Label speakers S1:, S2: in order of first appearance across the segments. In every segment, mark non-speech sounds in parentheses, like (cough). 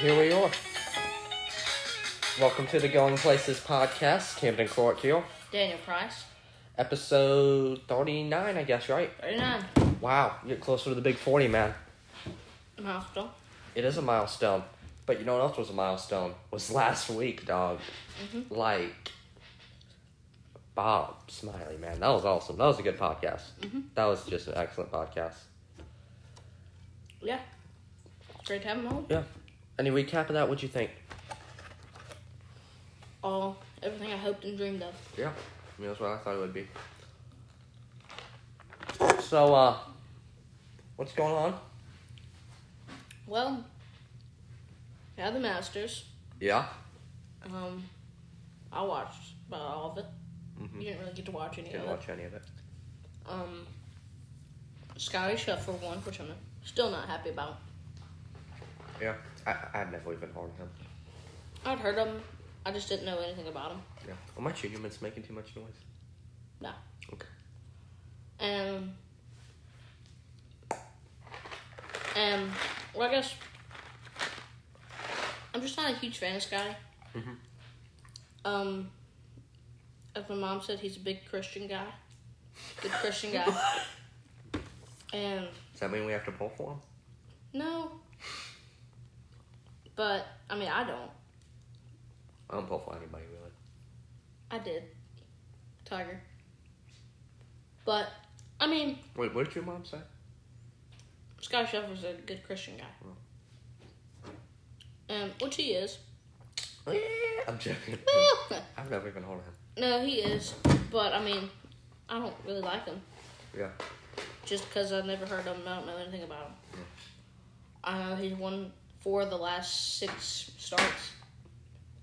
S1: here we are. Welcome to the Going Places podcast, Camden Clark here.
S2: Daniel Price,
S1: Episode 39, I guess, right?
S2: 39.
S1: Wow, you're closer to the big 40, man.
S2: Milestone.
S1: It is a milestone. But you know what else was a milestone? Was last week, dog. Like, Bob Smiley, man. That was awesome. That was a good podcast. That was just an excellent podcast.
S2: Yeah. Great to have him on.
S1: Yeah. Any recap of that? What'd you think?
S2: All, everything I hoped and dreamed of.
S1: Yeah, I mean, that's what I thought it would be. So, uh, what's going on?
S2: Well, now the Masters.
S1: Yeah.
S2: Um, I watched about all of it.
S1: Mhm.
S2: You didn't really get to watch any
S1: Didn't
S2: of it.
S1: watch any of it.
S2: Um, Scotty Scheffler won, which I'm still not happy about.
S1: Yeah. I, I've never even heard of him.
S2: I'd heard him. I just didn't know anything about him.
S1: Yeah. Are my two humans making too much noise?
S2: No.
S1: Okay.
S2: And, and, um, well, I guess, I'm just not a huge fan of Scotty.
S1: Mhm.
S2: Um, as my mom said, he's a big Christian guy. Good Christian guy. and,
S1: Does that mean we have to pull for him?
S2: no. But, I mean, I don't.
S1: I don't pull for anybody, really.
S2: I did. Tiger. But, I mean,
S1: Wait, what did your mom say?
S2: Scotty Scheffler's a good Christian guy.
S1: Hmm.
S2: Um, which he is.
S1: I'm (laughs) joking. I've never even heard of him.
S2: no, he is. But I mean, I don't really like him
S1: Yeah.
S2: just because I've never heard of him. I don't know anything about him.
S1: Hmm.
S2: I know he's won four of the last six starts,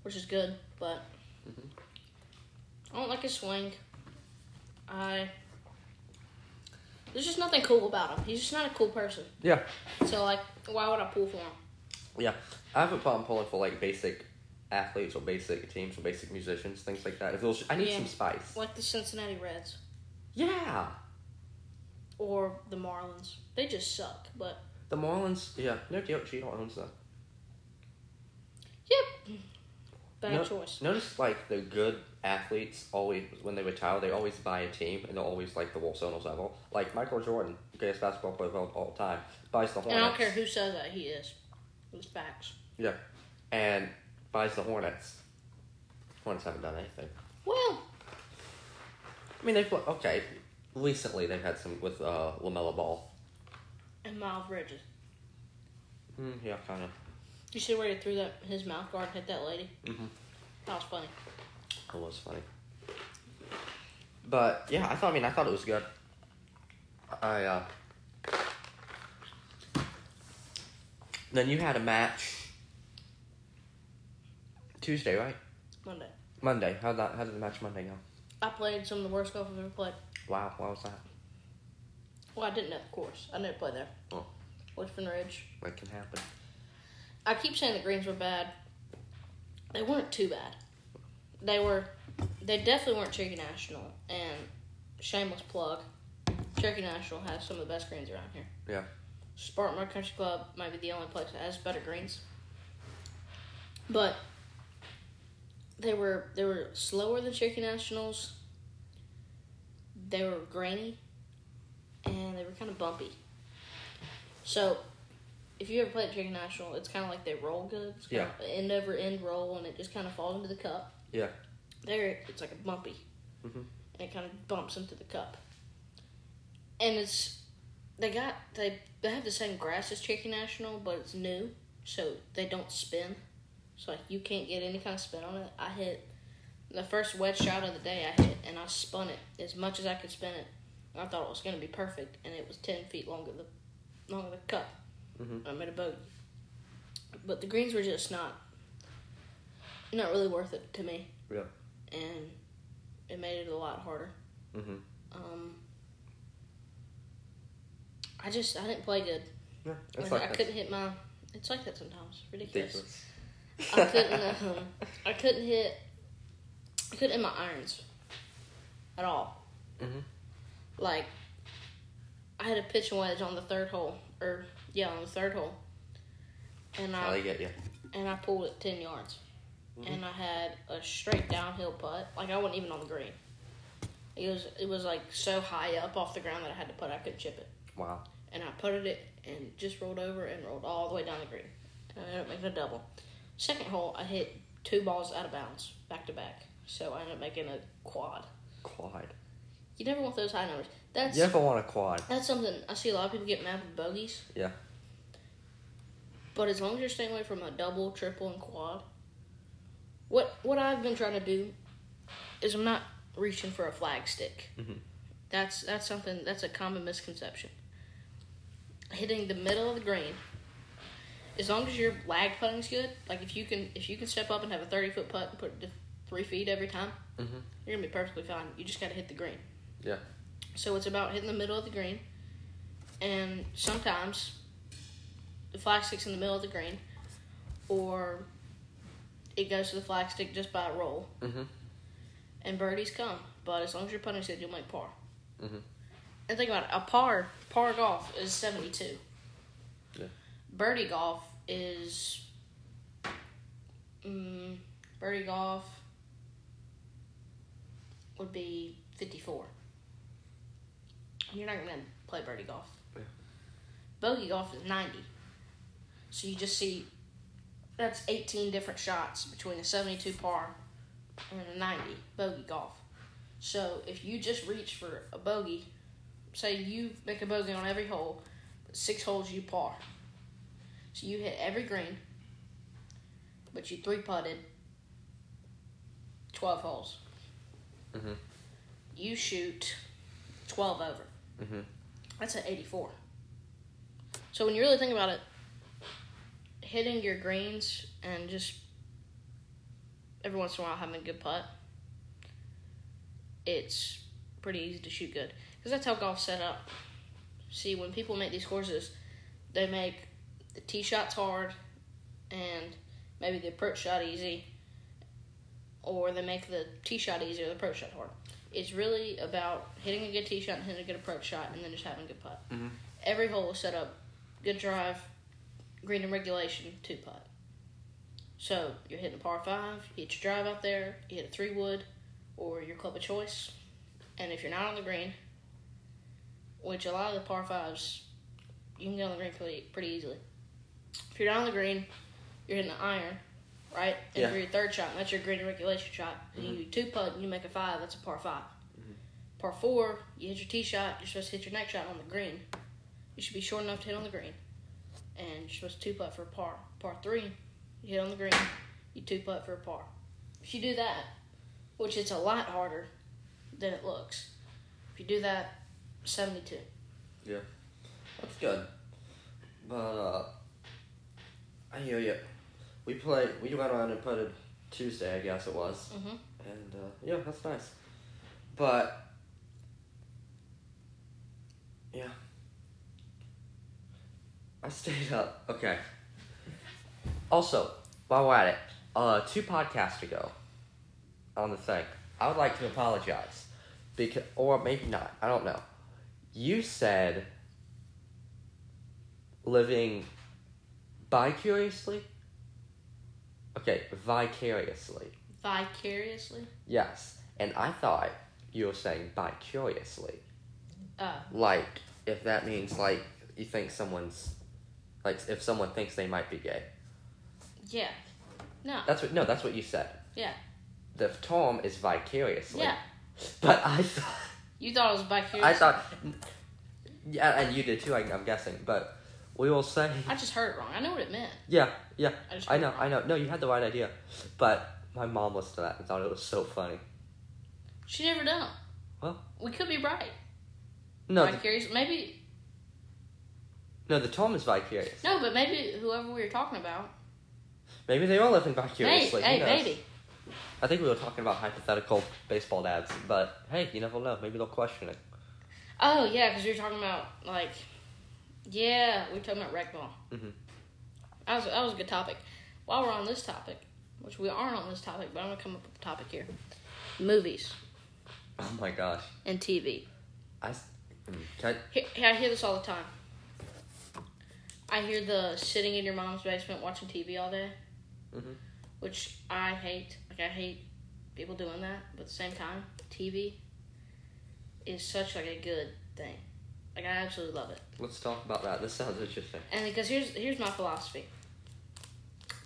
S2: which is good. But
S1: Mm-hmm.
S2: I don't like his swing. I there's just nothing cool about him. He's just not a cool person.
S1: Yeah.
S2: So like, why would I pull for him?
S1: Yeah, I have a problem pulling for like basic athletes or basic teams or basic musicians, things like that. If those, I need
S2: Yeah.
S1: some spice.
S2: Like the Cincinnati Reds.
S1: Yeah,
S2: or the Marlins. They just suck. But
S1: the Marlins. Yeah, no deal. She owns them.
S2: yep, bad
S1: No-
S2: choice.
S1: Notice like the good athletes always when they retire, they always buy a team and they're always like the worst owners ever. Like Michael Jordan, greatest basketball player of all- all time, buys the
S2: And
S1: Hornets.
S2: I don't care who says that he is. It's facts.
S1: Yeah, and buys the Hornets. Hornets haven't done anything.
S2: Well,
S1: I mean, they've okay. Recently, they've had some with uh, Lamella Ball.
S2: and Miles Bridges.
S1: Mm, yeah, kind of.
S2: You see where he threw that his mouth guard and hit that lady?
S1: Mhm.
S2: That was funny.
S1: It was funny. But yeah, I thought. I mean, I thought it was good. I. uh Then you had a match Tuesday, right?
S2: Monday.
S1: Monday. How that? How did the match Monday go?
S2: I played some of the worst golf I've ever played.
S1: Wow, why was that?
S2: Well, I didn't at the course. I didn't play there.
S1: Oh.
S2: Woodfin Ridge.
S1: What can happen?
S2: I keep saying the greens were bad. They weren't too bad. They were. They definitely weren't Cherokee National. And shameless plug, Cherokee National has some of the best greens around here.
S1: Yeah.
S2: Spartanburg Country Club might be the only place that has better greens. But they were they were slower than Cherokee Nationals. They were grainy, and they were kind of bumpy. So, if you ever play at Cherokee National, it's kind of like they roll good. It's kinda End over end roll, and it just kind of falls into the cup.
S1: Yeah.
S2: There, it's like a bumpy,
S1: Mhm.
S2: and it kind of bumps into the cup. And it's they got they they have the same grass as Cherokee National, but it's new, so they don't spin. So like you can't get any kind of spin on it. I hit the first wedge shot of the day. I hit and I spun it as much as I could spin it. And I thought it was gonna be perfect, and it was ten feet longer the longer the cup.
S1: Mhm.
S2: I made a bogey, but the greens were just not not really worth it to me.
S1: Yeah.
S2: And it made it a lot harder.
S1: Mhm.
S2: Um, I just I didn't play good.
S1: Yeah.
S2: I,
S1: It's like
S2: I
S1: that.
S2: couldn't hit my. It's like that sometimes. Ridiculous.
S1: (laughs) ridiculous.
S2: I couldn't. Um, I couldn't hit. I couldn't hit my irons at all.
S1: Mhm.
S2: Like I had a pitching wedge on the third hole, or yeah, on the third hole, and
S1: How
S2: I
S1: they get you?
S2: and I pulled it ten yards,
S1: Mhm.
S2: and I had a straight downhill putt. Like I wasn't even on the green. It was it was like so high up off the ground that I had to putt. I couldn't chip it,
S1: Wow.
S2: and I putted it and just rolled over and rolled all the way down the green. And I ended up making a double. Second hole, I hit two balls out of bounds back to back, so I ended up making a quad.
S1: Quad.
S2: You never want those high numbers. That's
S1: You ever want a quad?
S2: that's something I see a lot of people get mad with bogeys.
S1: Yeah.
S2: But as long as you're staying away from a double, triple, and quad, what what I've been trying to do is I'm not reaching for a flag stick.
S1: Mhm.
S2: That's that's something that's a common misconception. Hitting the middle of the green, as long as your lag putting's good, like if you can if you can step up and have a thirty foot putt and put it to three feet every time,
S1: Mhm.
S2: you're gonna be perfectly fine. You just gotta hit the green.
S1: Yeah.
S2: So it's about hitting the middle of the green, and sometimes the flag stick's in the middle of the green, or it goes to the flag stick just by a roll,
S1: Mhm.
S2: and birdies come. But as long as you're putting it, you'll make par.
S1: Mhm.
S2: And think about it: a par par golf is seventy two.
S1: Yeah.
S2: Birdie golf is. Mm, birdie golf would be fifty four. You're not gonna play birdie golf.
S1: Yeah.
S2: Bogey golf is ninety. So you just see that's 18 different shots between a 72 par and a 90 bogey golf. So if you just reach for a bogey, say you make a bogey on every hole, but six holes you par. So you hit every green, but you three putted 12 holes.
S1: Mhm.
S2: You shoot 12 over.
S1: Mhm.
S2: That's an 84. So when you really think about it, hitting your greens and just every once in a while having a good putt, it's pretty easy to shoot good. Because that's how golf's set up. See, when people make these courses, they make the tee shots hard and maybe the approach shot easy, or they make the tee shot easy or the approach shot hard. It's really about hitting a good tee shot and hitting a good approach shot and then just having a good putt.
S1: Mhm.
S2: Every hole is set up good drive, green in regulation, two putt. So you're hitting a par five, you hit your drive out there, you hit a three wood or your club of choice. And if you're not on the green, which a lot of the par fives, you can get on the green pretty, pretty easily. If you're not on the green, you're hitting an iron, right? And
S1: Yeah.
S2: for your third shot, and that's your green in regulation shot. and You two putt and you make a five, that's a par 5 Par four, you hit your tee shot, you're supposed to hit your next shot on the green. You should be short enough to hit on the green. And you're supposed to two putt for a par. Par three, you hit on the green, you two putt for a par. If you do that, which it's a lot harder than it looks, if you do that, 72.
S1: That's good. But uh, I hear you. We played. We went on and put it Tuesday, I guess it was,
S2: Mm-hmm.
S1: and uh, yeah, that's nice. But yeah, I stayed up. Okay. Also, while we're at it, uh, two podcasts ago, on the thing, I would like to apologize, because or maybe not. I don't know. You said living vicariously? Okay, vicariously.
S2: Vicariously?
S1: Yes. And I thought you were saying vicariously.
S2: Uh,
S1: Like, if that means, like, you think someone's. Like, if someone thinks they might be gay.
S2: yeah. No,
S1: That's what. No, that's what you said.
S2: yeah.
S1: The term is vicariously.
S2: Yeah.
S1: But I thought.
S2: You thought it was vicariously.
S1: I thought. Yeah, and you did too, I, I'm guessing. But we will say.
S2: I just heard it wrong. I know what it meant.
S1: Yeah, yeah.
S2: I just
S1: I
S2: heard
S1: know,
S2: it wrong.
S1: I know. No, you had the right idea. But my mom listened to that and thought it was so funny.
S2: She never done.
S1: Well.
S2: we could be right.
S1: No, the,
S2: vicarious. Maybe
S1: no, the Tom is vicarious.
S2: no, but maybe whoever we were talking about.
S1: Maybe they are living
S2: Hey,
S1: vicariously. who
S2: hey,
S1: knows?
S2: maybe.
S1: I think we were talking about hypothetical baseball dads, but hey, you never know. Maybe they'll question it. (laughs)
S2: Oh yeah, because we were talking about like, yeah, we were talking about rec ball.
S1: Mhm.
S2: That was that was a good topic. While we're on this topic, which we aren't on this topic, but I'm gonna come up with a topic here: movies
S1: Oh my gosh.
S2: and TV.
S1: I. s- mm, Can I-
S2: He- I hear this all the time. I hear the sitting in your mom's basement watching TV all day.
S1: Mhm.
S2: which I hate. Like I hate people doing that, but at the same time, TV is such like a good thing. Like I absolutely love it.
S1: Let's talk about that. This sounds interesting.
S2: And because here's here's my philosophy.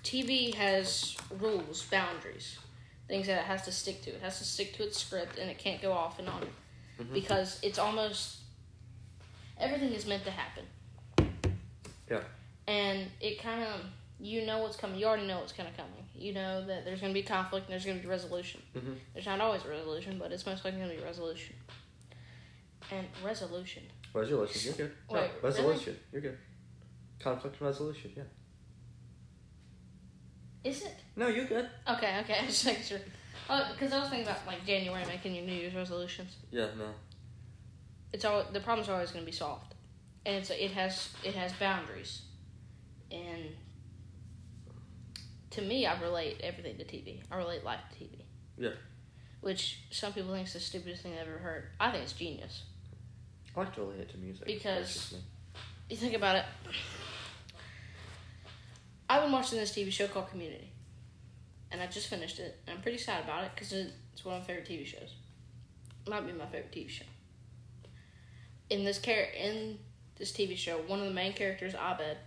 S2: TV has rules, boundaries, things that it has to stick to. It has to stick to its script, and it can't go off and on
S1: Mhm.
S2: because it's almost everything is meant to happen.
S1: Yeah.
S2: And it kind of you know what's coming. You already know what's kind of coming. You know that there's going to be conflict and there's going to be resolution.
S1: Mhm.
S2: There's not always a resolution, but it's most likely going to be resolution. And resolution.
S1: Resolution, you're good. No,
S2: Wait,
S1: resolution, you're good. Conflict resolution, yeah.
S2: Is it?
S1: No, you're good.
S2: Okay, okay. (laughs) I just making sure. Oh, because I was thinking about like January making your New Year's resolutions.
S1: Yeah, no.
S2: It's all the problems are always going to be solved, and it's it has it has boundaries, and to me, I relate everything to TV. I relate life to TV.
S1: Yeah.
S2: Which some people think is the stupidest thing I've ever heard. I think it's genius.
S1: I like to relate it to music.
S2: Because-
S1: That's just me.
S2: You think about it. I've been watching this TV show called Community, and I just finished it, and I'm pretty sad about it because it's one of my favorite TV shows. Might be my favorite TV show. In this char- in this TV show, one of the main characters, Abed,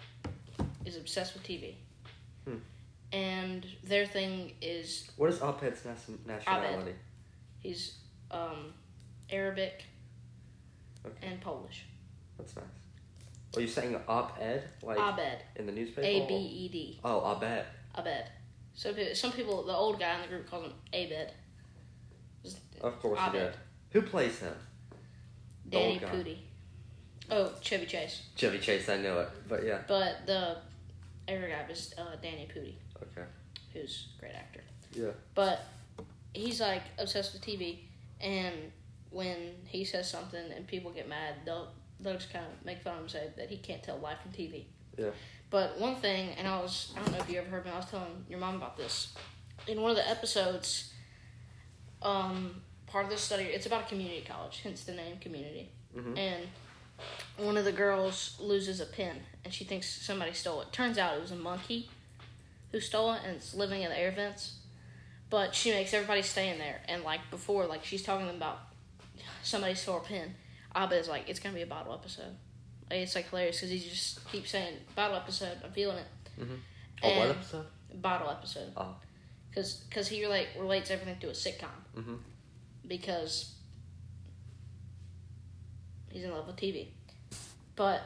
S2: is obsessed with TV,
S1: Hmm.
S2: and their thing is
S1: What is Oped's nas- nationality?
S2: he's um, Arabic
S1: Okay.
S2: and Polish.
S1: That's nice. Are you saying op-ed? Like
S2: Abed,
S1: in the newspaper?
S2: A B E D.
S1: Oh, Abed.
S2: Abed. So pe- some people, the old guy in the group calls him Abed. Just
S1: Of course you
S2: Abed.
S1: did. Who plays him? The
S2: Danny
S1: old guy.
S2: Pudi. Oh, Chevy Chase.
S1: Chevy Chase, I knew it. But yeah,
S2: But the other guy was uh, Danny Pudi,
S1: okay.
S2: who's a great actor.
S1: Yeah.
S2: But he's like obsessed with TV, and when he says something and people get mad, they'll they'll just kind of make fun of him and say that he can't tell life from TV.
S1: Yeah.
S2: But one thing, and I was I don't know if you ever heard me. I was telling your mom about this in one of the episodes. Um, part of this study it's about a community college, hence the name community.
S1: Mhm.
S2: And one of the girls loses a pen, and she thinks somebody stole it. Turns out it was a monkey who stole it, and it's living in the air vents. But she makes everybody stay in there, and like before, like she's talking about somebody stole a pen. Abed's like, it's gonna be a bottle episode. Like, it's like hilarious because he just keeps saying bottle episode. I'm feeling it.
S1: Oh, what
S2: And-
S1: episode?
S2: Bottle episode.
S1: Oh.
S2: Because cause he relate, relates everything to a sitcom
S1: Mm-hmm.
S2: because he's in love with TV. But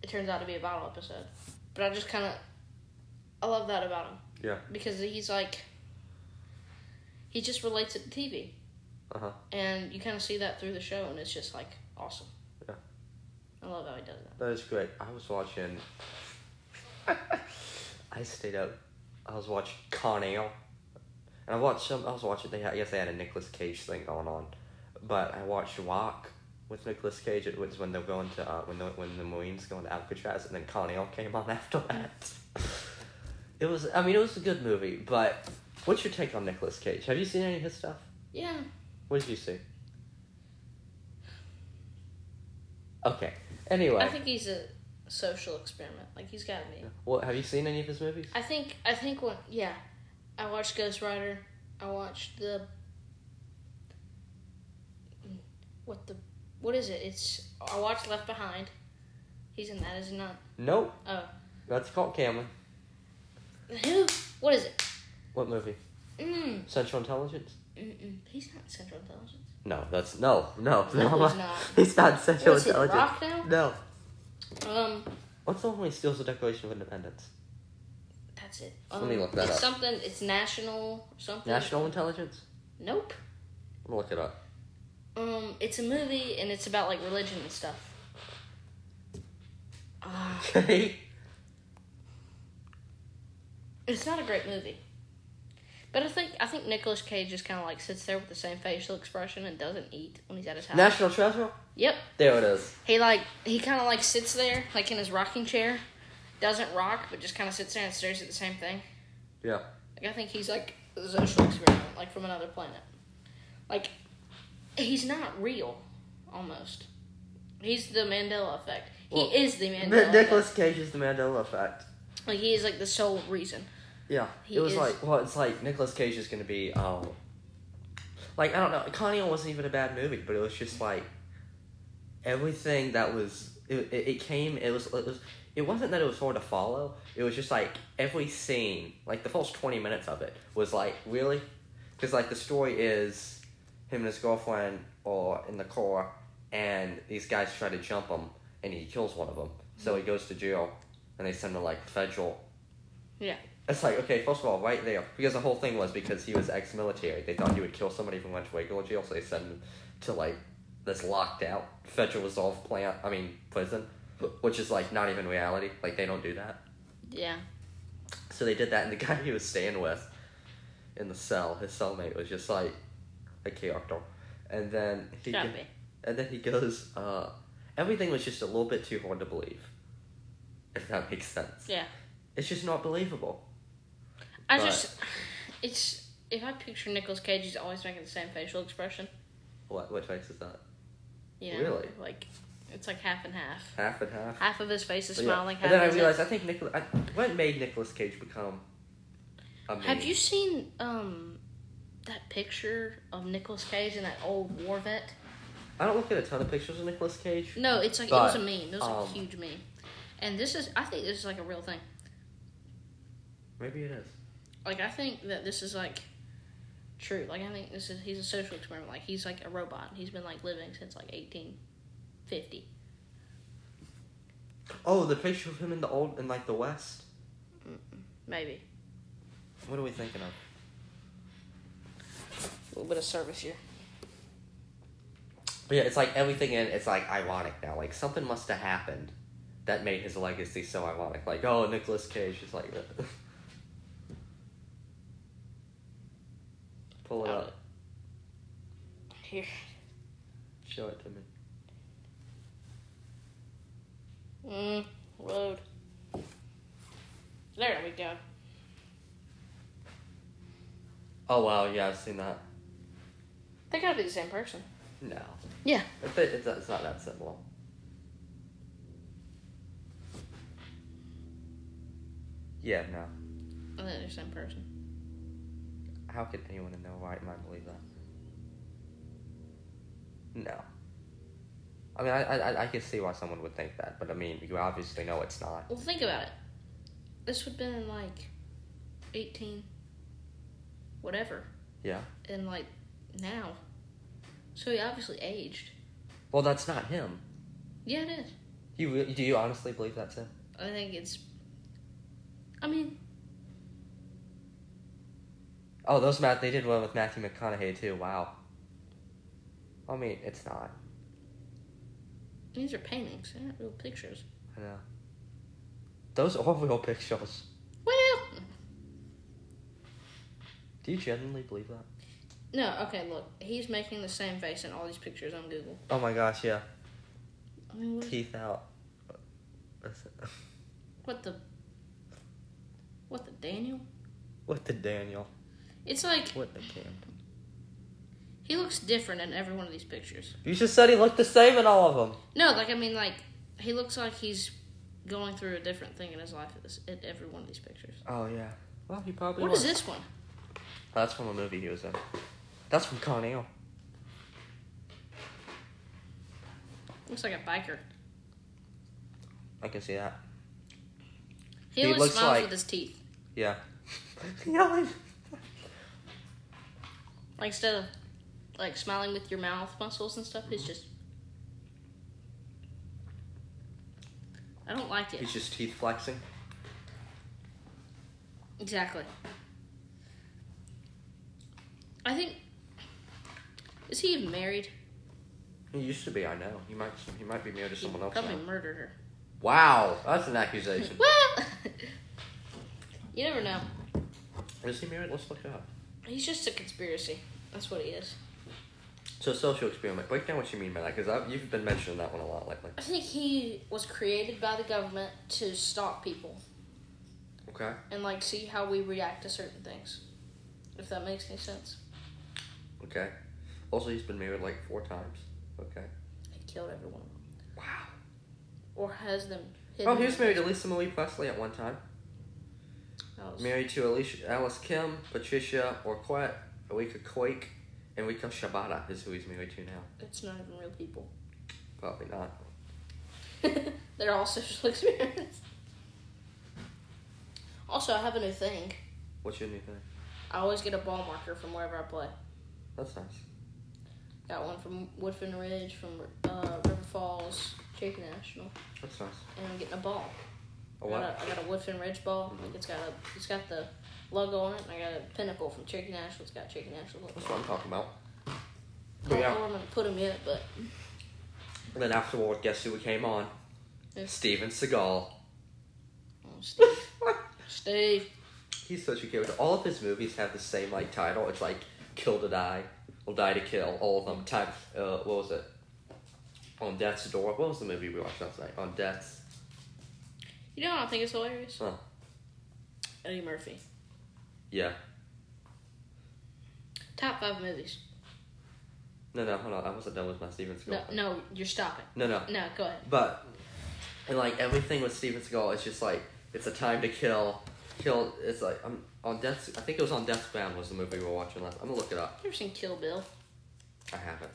S2: it turns out to be a bottle episode. But I just kind of I love that about him
S1: Yeah.
S2: because he's like he just relates it to TV.
S1: Uh-huh.
S2: And you kind of see that through the show, and it's just like awesome.
S1: Yeah.
S2: I love how he does that.
S1: That is great. I was watching. (laughs) I stayed up. I was watching Con Air, and I watched some. I was watching. They, had- I guess they had a Nicolas Cage thing going on, but I watched Rock with Nicolas Cage. It was when they're going to uh, when the when the Marines going to Alcatraz, and then Con Air came on (laughs) after that. it was. I mean, it was a good movie. But what's your take on Nicolas Cage? Have you seen any of his stuff?
S2: Yeah.
S1: What did you see? Okay. Anyway.
S2: I think he's a social experiment. Like he's got to be.
S1: Well, have you seen any of his movies?
S2: I think I think when yeah, I watched Ghost Rider. I watched the what the what is it? It's I watched Left Behind. He's in that, is he not?
S1: Nope.
S2: Oh, (laughs)
S1: That's called Cameron.
S2: who? What is it?
S1: What movie?
S2: Mm.
S1: Central Intelligence?
S2: Mm-mm. He's not Central Intelligence.
S1: No, that's no,
S2: (laughs)
S1: no,
S2: No,
S1: (laughs) no.
S2: he's not.
S1: (laughs) He's not Central
S2: What's he,
S1: Intelligence.
S2: Rock now?
S1: No.
S2: Um,
S1: What's the one where he steals the Declaration of Independence?
S2: that's it.
S1: Let
S2: Um,
S1: me look that
S2: it's
S1: up.
S2: Something. It's national. Something.
S1: National Intelligence?
S2: Nope.
S1: I'm gonna look it up.
S2: Um, it's a movie and it's about like religion and stuff. Ah,
S1: Okay.
S2: it's not a great movie. But I think I think Nicolas Cage just kind of like sits there with the same facial expression and doesn't eat when he's at his house.
S1: (laughs) National Treasure?
S2: Yep.
S1: There it is.
S2: He like he kind of like sits there like in his rocking chair, doesn't rock but just kind of sits there and stares at the same thing.
S1: Yeah.
S2: Like I think he's like a social experiment, like from another planet. Like he's not real, almost. He's the Mandela effect. He
S1: Well,
S2: is the
S1: Ni-
S2: Mandela. effect.
S1: Nicholas Cage is the Mandela effect.
S2: Like he is like the sole reason.
S1: Yeah,
S2: He
S1: it was
S2: is-
S1: like well, it's like Nicolas Cage is gonna be um, like I don't know, Conio wasn't even a bad movie, but it was just like everything that was it, it, it came it was it was it wasn't that it was hard to follow. It was just like every scene, like the first twenty minutes of it was like really, because like the story is him and his girlfriend or in the car, and these guys try to jump him, and he kills one of them, so
S2: Mm-hmm.
S1: he goes to jail, and they send him like federal
S2: Yeah.
S1: it's like, okay, first of all, right there. Because the whole thing was because he was ex military. They thought he would kill somebody from went to regular jail, so they sent him to, like, this locked out federal reserve plant, I mean, prison, which is, like, not even reality. Like, they don't do that.
S2: Yeah.
S1: So they did that, and the (laughs) guy he was staying with in the cell, his cellmate, was just, like, a character. And then he,
S2: Stop
S1: go-
S2: it.
S1: and then he goes, uh, everything was just a little bit too hard to believe. If that (laughs) makes sense.
S2: Yeah.
S1: It's just not believable.
S2: I
S1: But-
S2: just, it's if I picture Nicolas Cage, he's always making the same facial expression.
S1: What, what face is that?
S2: You know,
S1: Really?
S2: Like, it's like half and half.
S1: Half and half.
S2: Half of his face is
S1: But yeah.
S2: smiling. Half
S1: And then I
S2: is it-
S1: realized I think Nicholas. I, what made Nicolas Cage become? A meme?
S2: Have you seen um that picture of Nicolas Cage in that old war vet?
S1: I don't look at a ton of pictures of Nicolas Cage.
S2: No, it's like
S1: But,
S2: it was a meme. It was like
S1: um,
S2: a huge meme. And this is, I think this is like a real thing.
S1: Maybe it is.
S2: Like I think that this is like true. Like I think this is he's a social experiment. Like he's like a robot. He's been like living since like eighteen fifty.
S1: Oh, the picture of him in the old in like the West.
S2: Maybe.
S1: What are we thinking of?
S2: A little bit of service here.
S1: But yeah, it's like everything in it's like ironic now. Like something must have happened that made his legacy so ironic. Like oh, Nicolas Cage is like. (laughs) Pull it up.
S2: Here.
S1: Show it to me.
S2: Mm, load. There we go.
S1: Oh wow, yeah, I've seen that.
S2: They gotta be the same person.
S1: No.
S2: Yeah.
S1: It's, it's, it's not that similar. Yeah, no.
S2: I think they're the same person.
S1: How could anyone in their right mind believe that? No. I mean, I, I, I- I can see why someone would think that, but I mean, you obviously know it's not.
S2: Well, think about it. This would have been in like eighteen, whatever,
S1: Yeah.
S2: and like now. So he obviously aged.
S1: Well, that's not him.
S2: Yeah, it is.
S1: You re- do you honestly believe that's him?
S2: I think it's. I mean,
S1: Oh, those Matt they did one with Matthew McConaughey too. Wow. I mean, it's not.
S2: these are paintings. They're not real pictures.
S1: I know. Those are real pictures.
S2: Well,
S1: Do you genuinely believe that?
S2: no. Okay, look. He's making the same face in all these pictures on Google.
S1: Oh my gosh, yeah.
S2: I mean, what,
S1: teeth out. (laughs) That's it.
S2: what the? What the Daniel?
S1: What the Daniel?
S2: It's like
S1: What the Camden?
S2: he looks different in every one of these pictures.
S1: You just said he looked the same in all of them.
S2: No, like I mean, like he looks like he's going through a different thing in his life at, this, at every one of these pictures.
S1: Oh yeah. Well, he probably
S2: What
S1: was.
S2: is this one?
S1: That's from a movie he was in. That's from Con Air.
S2: Looks like a biker.
S1: I can see that.
S2: He,
S1: He
S2: always
S1: looks
S2: smiles
S1: like-
S2: with his teeth.
S1: Yeah. (laughs) yeah.
S2: Like instead of like smiling with your mouth muscles and stuff,
S1: Mm-hmm.
S2: it's just. I don't like it.
S1: He's just teeth flexing.
S2: Exactly. I think. Is he even married?
S1: He used to be, I know. He might he might be married to
S2: He
S1: someone else.
S2: probably
S1: now.
S2: murdered her.
S1: Wow, that's an accusation.
S2: (laughs) Well, you never know.
S1: is he married? Let's look it up.
S2: He's just a conspiracy. That's what he is.
S1: So social experiment. Break down what you mean by that, because you've been mentioning that one a lot lately.
S2: I think he was created by the government to stalk people
S1: Okay.
S2: and like see how we react to certain things. If that makes any sense.
S1: Okay. Also, he's been married like four times. Okay.
S2: He killed everyone.
S1: Wow.
S2: Or has them
S1: Oh, he was married to Lisa Marie Presley at one time.
S2: That was
S1: Married to Alicia, Alice Kim, Patricia Orquette, Alika Quake, and Rico Shabata is who he's married to now.
S2: it's not even real people. (laughs)
S1: Probably not.
S2: They're all social (laughs) experiments. Also, I have a new thing.
S1: What's your new thing?
S2: I always get a ball marker from wherever I play.
S1: That's nice.
S2: Got one from Woodfin Ridge, from uh, River Falls, Jake National,
S1: That's nice.
S2: and I'm getting a ball.
S1: A
S2: I
S1: what?
S2: got a, I got a Woodfin Ridge ball.
S1: Mhm.
S2: It's got a, it's got the logo on it, and I got a pinnacle from Cherokee National. It's got Cherokee National logo.
S1: That's what I'm talking about.
S2: I
S1: But
S2: don't
S1: yeah.
S2: know where I'm gonna put them yet, but
S1: And then afterward, guess who came on?
S2: Yes.
S1: Steven Seagal.
S2: oh,
S1: (laughs)
S2: Steve, Steve,
S1: He's such a character. All of his movies have the same like title. It's like Kill to Die or Die to Kill. All of them. Time. Uh, what was it? On Death's Door. What was the movie we watched last night? On Death's.
S2: you know what I think it's hilarious.
S1: Huh.
S2: Eddie Murphy,
S1: Yeah.
S2: top five movies.
S1: No, no, hold on. I wasn't done with my Steven Seagal.
S2: No, no, you're stopping.
S1: no, no.
S2: No, go ahead.
S1: But and like everything with Steven Seagal, it's just like it's a time to kill. Kill. It's like I'm on Death. I think it was on Death's Bound was the movie we were watching last. I'm gonna look it up.
S2: You ever seen Kill Bill?
S1: I haven't.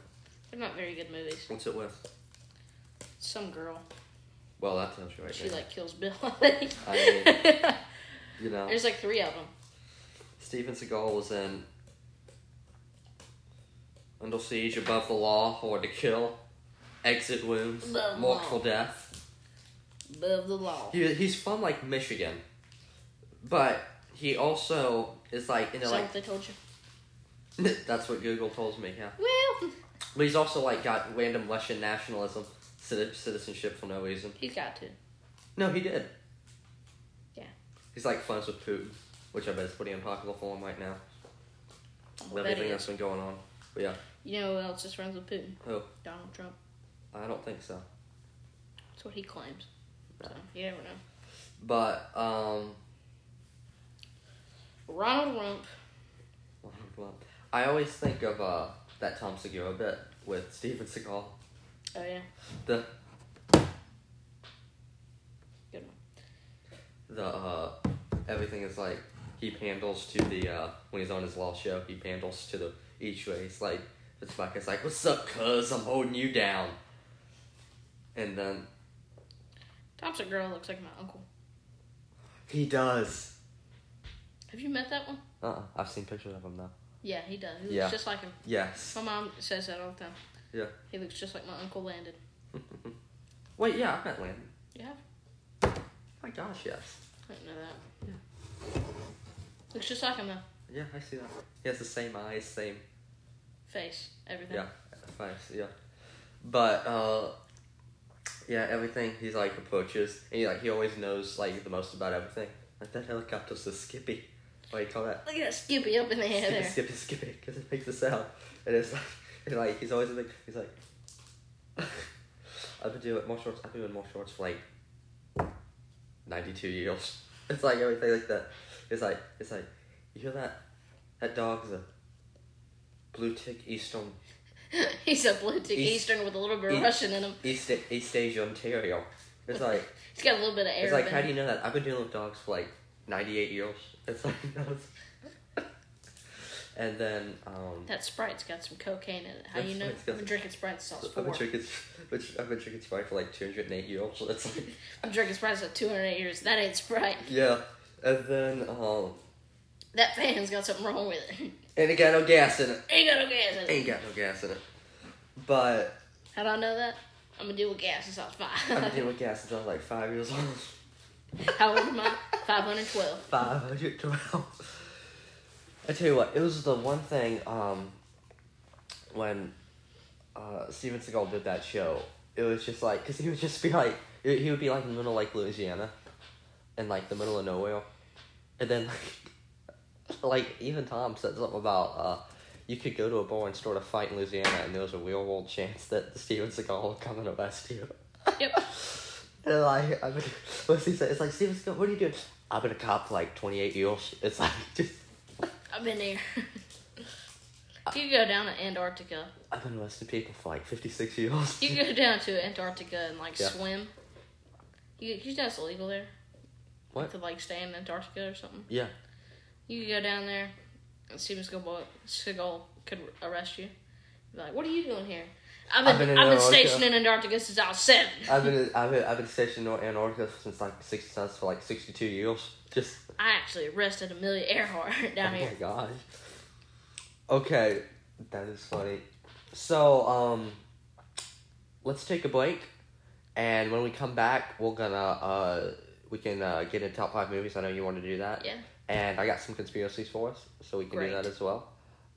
S2: They're not very good movies.
S1: What's it with?
S2: Some girl,
S1: Well, that tells you right
S2: she
S1: there.
S2: like kills Bill. (laughs) I
S1: mean- you know,
S2: There's like three of them.
S1: Steven Seagal was in Under Siege, Above the Law, Hard to Kill, Exit Wounds,
S2: Above the
S1: Mournful
S2: Law.
S1: Death.
S2: Above the law.
S1: He, he's from like Michigan, but he also is like you know
S2: Is that
S1: like
S2: what they told you?
S1: (laughs) that's what Google tells me. Yeah.
S2: Well, (laughs)
S1: But he's also like got random Russian nationalism, citi- citizenship for no reason.
S2: he's got to.
S1: No, he did.
S2: Yeah.
S1: He's like friends with Putin, which I bet is pretty unpopular for him right now.
S2: I'll
S1: With
S2: bet
S1: everything
S2: he
S1: that's
S2: is.
S1: been going on. But yeah,
S2: You know who else is friends with Putin?
S1: Who?
S2: Donald Trump.
S1: I don't think so.
S2: That's what he claims. So
S1: No.
S2: you never know.
S1: But um,
S2: Ronald Rump.
S1: well, I always think of uh that Tom Segura bit with Steven Seagal.
S2: Oh yeah,
S1: The
S2: good one.
S1: the uh, everything is like he pandles to the uh, when he's on his law show he pandles to the each race like it's like it's like what's up cuz I'm holding you down and then
S2: Thompson girl looks like my uncle.
S1: he does
S2: Have you met that one?
S1: uh I've seen pictures of him though
S2: Yeah, he does. He looks
S1: Yeah.
S2: just like him.
S1: yes (laughs)
S2: My mom says that all the time.
S1: Yeah.
S2: He looks just like my uncle Landon.
S1: wait yeah I've met Landon
S2: You have?
S1: my gosh yes
S2: I didn't know that. Yeah. Looks just like him though.
S1: yeah I see that he has the same eyes same
S2: Face, everything.
S1: Yeah, thanks. Yeah, but uh, yeah, everything he's like approaches, and he like he always knows like the most about everything. Like that helicopter's a Skippy. What do you call that?
S2: Look at that Skippy up in the air
S1: Skippy,
S2: there.
S1: Skippy, Skippy, because it makes a sound, and it's like, (laughs) and, like he's always like he's like. (laughs) I've been doing more shorts. I've been doing more shorts for like ninety-two years. (laughs) It's like everything like that. It's like it's like you hear that that dog's a blue tick eastern
S2: (laughs) He's a blue tick
S1: He's-
S2: Eastern with a little bit of
S1: he-
S2: Russian in him.
S1: East East Asia Ontario. It's like
S2: He's got a little bit of Arab.
S1: it's like
S2: in
S1: how
S2: him.
S1: do you know that? I've been dealing with dogs for like ninety eight years. It's like (laughs) that's- and then um
S2: That Sprite's got some cocaine in it. How
S1: That
S2: you know?
S1: Sprite's got
S2: I've been
S1: some-
S2: drinking Sprite since I was
S1: I've
S2: four.
S1: been drinking (laughs) which I've been drinking Sprite for like two hundred and eight years. It's like (laughs)
S2: I'm drinking Sprite since 208 years. That ain't Sprite.
S1: yeah. And then um
S2: That fan's got something wrong with it. (laughs)
S1: and it got no gas in it.
S2: ain't got no gas in it.
S1: Ain't got no gas in it. But
S2: How do I know that? I'm gonna deal with gas since I was (laughs)
S1: I've been
S2: five.
S1: dealing with gas since I was like five years old. (laughs)
S2: (laughs) How old am I? 512.
S1: five hundred twelve. I tell you what, it was the one thing um, when uh, Steven Seagal did that show. It was just like because he would just be like he he would be like in the middle of like Louisiana, and like the middle of nowhere, and then (laughs) like like even Tom said something about uh, you could go to a bar and start a fight in Louisiana, and there was a real world chance that Steven Seagal would come and arrest you.
S2: Yep.
S1: And like, I've been, what's he say? It's like, Steven Seagal, what are you doing? I've been a cop for like 28 years. It's like, (laughs) just,
S2: I've been there. (laughs) you can go down to Antarctica.
S1: I've been arresting people for like 56 years.
S2: You can go down to Antarctica and like
S1: Yeah.
S2: swim. You, you know it's illegal there.
S1: What?
S2: To like stay in Antarctica or something.
S1: Yeah.
S2: You could go down there, and Steven Seagal, Seagal could arrest you. Be like, what are you doing here? I've been,
S1: I've been in
S2: I've been
S1: Antarctica."
S2: stationed in Antarctica since I was seven.
S1: (laughs) I've been I've been, I've been stationed in Antarctica since like six since for like sixty two years. Just
S2: I actually arrested Amelia Earhart (laughs) down
S1: oh
S2: here.
S1: my gosh. Okay, that is funny. So um, let's take a break, and when we come back, we're gonna uh we can uh, get into top five movies. I know you want to do that.
S2: Yeah.
S1: And I got some conspiracies for us, so we can
S2: Great.
S1: do that as well.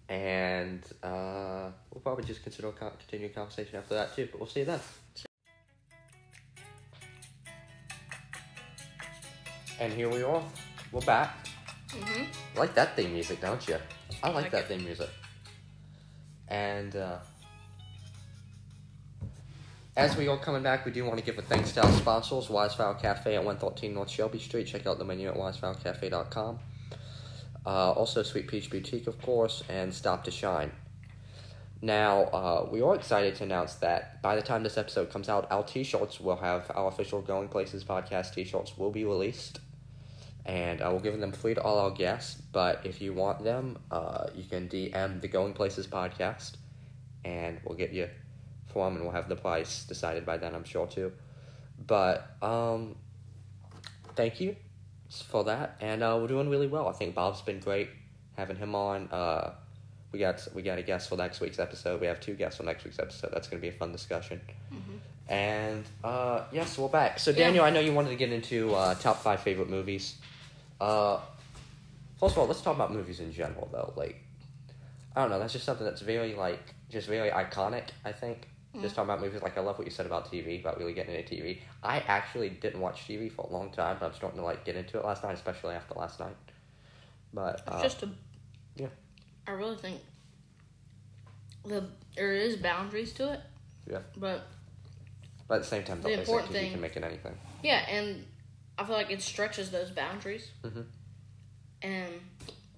S1: And uh, we'll probably just consider a con- continue a conversation after that too. But we'll see you then. And here we are. We're back.
S2: hmm
S1: I like that theme music, don't you? I like
S2: Like
S1: that
S2: it.
S1: theme music. And uh, as we are coming back, we do want to give a thanks to our sponsors, Wisefowl Cafe at 113 North Shelby Street. Check out the menu at wisefowlcafe.com. Uh, also, Sweet Peach Boutique, of course, and Stop to Shine. Now, uh, we are excited to announce that by the time this episode comes out, our t shirts will have our official Going Places podcast t shirts will be released and I will give them free to all our guests. But if you want them, uh, you can DM the Going Places podcast, and we'll get you form, and we'll have the price decided by then, I'm sure too. But um, thank you for that, and uh, we're doing really well. I think Bob's been great having him on. Uh, we got we got a guest for next week's episode. We have two guests for next week's episode. That's going to be a fun discussion. And uh, yes, we're back. So
S2: Yeah.
S1: Daniel, I know you wanted to get into uh, top five favorite movies. Uh, first of all, let's talk about movies in general, though. Like, I don't know, that's just something that's very like just very iconic. I think
S2: Mm-hmm.
S1: just talking about movies. Like, I love what you said about TV, about really getting into TV. I actually didn't watch TV for a long time, but I'm starting to like get into it last night, especially after last night. But
S2: It's
S1: uh,
S2: just a.
S1: yeah.
S2: I really think the there is boundaries to it.
S1: Yeah.
S2: But
S1: but at the same time,
S2: the
S1: don't think
S2: important
S1: TV
S2: thing-
S1: can make it anything.
S2: yeah, and I feel like it stretches those boundaries.
S1: Mhm.
S2: And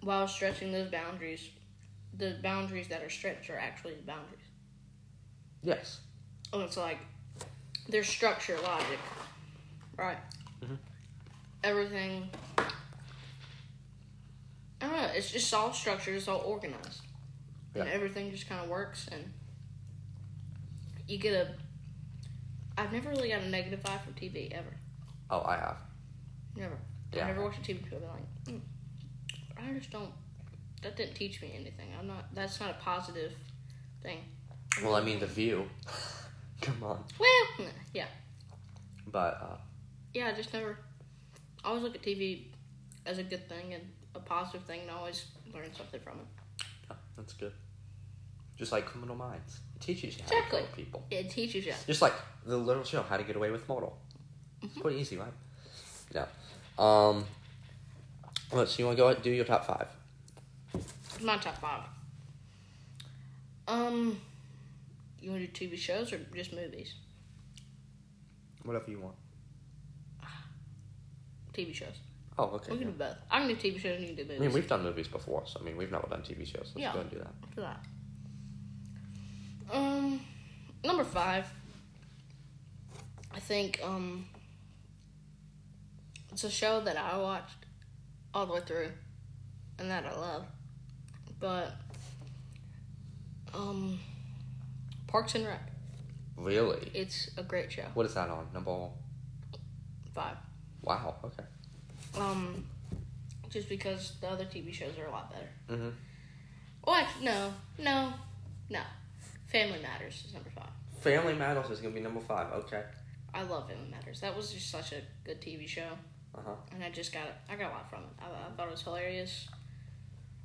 S2: while stretching those boundaries, the boundaries that are stretched are actually the boundaries.
S1: Yes.
S2: And it's like there's structure, logic, right?
S1: Mhm.
S2: Everything. I don't know. It's just all structured. It's all organized, and
S1: Yeah.
S2: everything just kind of works. And you get a. I've never really got a negative vibe from TV ever.
S1: Oh, I have.
S2: Never.
S1: Yeah.
S2: I never watched a TV show. I've been like, mm, I just don't. That didn't teach me anything. I'm not. That's not a positive thing.
S1: Well, I mean, The View. (laughs) Come on.
S2: Well, yeah.
S1: But uh,
S2: yeah, I just never. I always look at TV as a good thing and a positive thing, and I always learn something from it.
S1: yeah, that's good. Just like Criminal Minds, it teaches you how
S2: Exactly.
S1: to kill people.
S2: It teaches you.
S1: Just like the little show, How to Get Away with Murder.
S2: Mm-hmm.
S1: It's pretty easy, right? Yeah. Um. Let's see. You want to go ahead and do your top five?
S2: My top five. Um, you want to do TV shows or just movies?
S1: Whatever you want.
S2: TV shows.
S1: Oh, okay.
S2: We can
S1: yeah.
S2: do both. I can do TV shows and you can do
S1: I mean,
S2: movies.
S1: we've done movies before, so I mean, we've never done TV shows. Let's
S2: Yeah.
S1: go and do that.
S2: Do that. Um, number five. I think um, it's a show that I watched all the way through, and that I love. But um, Parks and Rec.
S1: Really?
S2: It's a great show.
S1: What is that on? Number.
S2: Five.
S1: Wow. Okay.
S2: Um, just because the other TV shows are a lot better.
S1: Mm-hmm.
S2: Well, actually, no, no, no. Family Matters is number five.
S1: Family Matters is gonna be number five. Okay.
S2: I love Family Matters. That was just such a good TV show,
S1: Uh huh.
S2: and I just got I got a lot from it. I, I thought it was hilarious.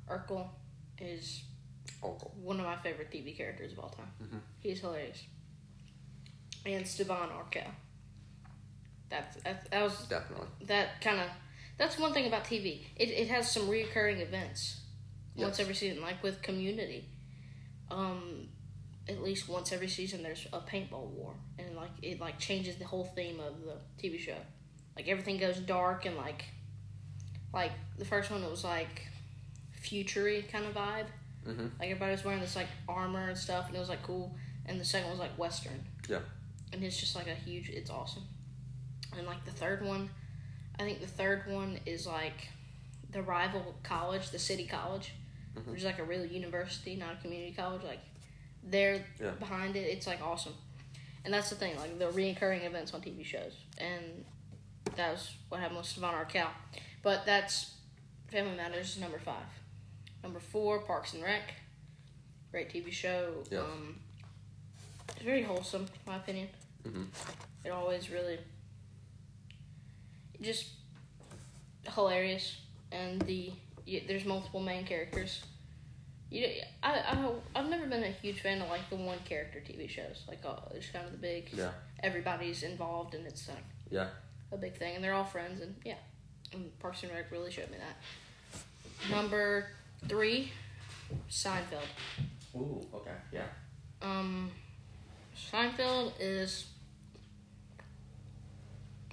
S2: Urkel is
S1: Uncle.
S2: one of my favorite TV characters of all time.
S1: Mhm.
S2: He's hilarious, and Stevan Urkel. That's that, that was
S1: Definitely.
S2: that kind of that's one thing about TV. It it has some recurring events once
S1: Yes.
S2: every season, like with Community. Um, at least once every season, there's a paintball war, and like it like changes the whole theme of the TV show. Like everything goes dark and like like the first one it was like futury kind of vibe.
S1: Mm-hmm.
S2: Like everybody was wearing this like armor and stuff, and it was like cool. And the second one was like western.
S1: Yeah.
S2: And it's just like a huge. It's awesome. And like the third one, I think the third one is like the rival college, the city college,
S1: Mhm.
S2: which is like a real university, not a community college. Like they're
S1: Yeah.
S2: behind it. It's like awesome, and that's the thing. Like the reoccurring events on TV shows, and that was what happened with Savannah Arcal. But that's Family Matters is number five. Number four, Parks and Rec, great TV show.
S1: Yes.
S2: Um, it's very wholesome, in my opinion.
S1: Mhm.
S2: It always really just hilarious, and the y there's multiple main characters. You, I, I I've never been a huge fan of like the one character TV shows. Like uh, it's kind of the big
S1: Yeah.
S2: everybody's involved and it's like
S1: Yeah.
S2: a big thing and they're all friends and yeah. And Parks and Rec really showed me that. Number three, Seinfeld.
S1: Ooh. Okay. Yeah.
S2: Um, Seinfeld is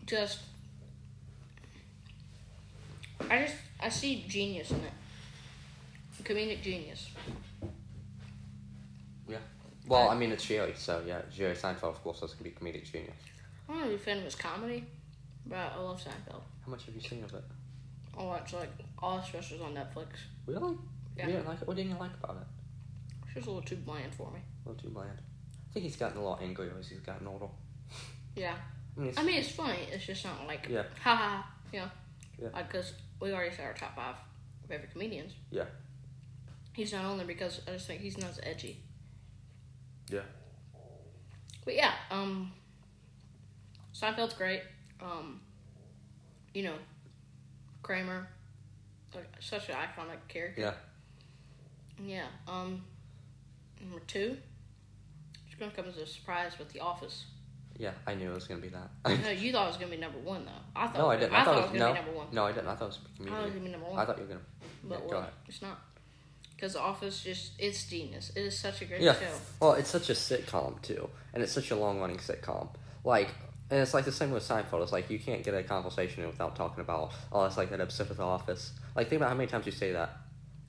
S2: just. I just I see genius in it. Comedic genius.
S1: Well, I mean, it's Jerry, so yeah, Jerry Seinfeld, of course, that's gonna be comedic genius.
S2: I'm not a big fan of his comedy, but I love Seinfeld.
S1: How much have you seen of it?
S2: I watch like all his specials on Netflix.
S1: Really?
S2: Yeah.
S1: You didn't like it? What didn't you like about it?
S2: It's just a little too bland for me.
S1: A little too bland. I think he's gotten a lot angrier as he's gotten older.
S2: Yeah.
S1: I mean, it's,
S2: I mean, it's funny. It's just not like,
S1: Yeah.
S2: haha, you know.
S1: Yeah.
S2: Because we already said our top five favorite comedians.
S1: Yeah.
S2: He's not on there because I just think he's not as edgy.
S1: Yeah.
S2: But yeah, um, Seinfeld's great. Um, you know, Kramer, like, such an iconic character.
S1: Yeah.
S2: Yeah. Um, number two, it's gonna come as a surprise with The Office.
S1: yeah, I knew it was gonna be that.
S2: no,
S1: (laughs)
S2: you thought it was gonna be number one though. I thought.
S1: no, I didn't. I,
S2: thought, it was gonna
S1: no,
S2: be number one.
S1: no, I didn't. I thought it was
S2: I
S1: comedic.
S2: thought it was gonna be number one.
S1: I thought you were gonna.
S2: But
S1: Yeah,
S2: well,
S1: go ahead.
S2: it's not. Because The Office just, it's genius. It is such a great
S1: Yeah.
S2: show.
S1: Well, it's such a sitcom too, and it's such a long-running sitcom. Like, and it's like the same with Seinfeld. It's like you can't get a conversation in without talking about, oh, it's like that episode of The Office. Like, think about how many times you say that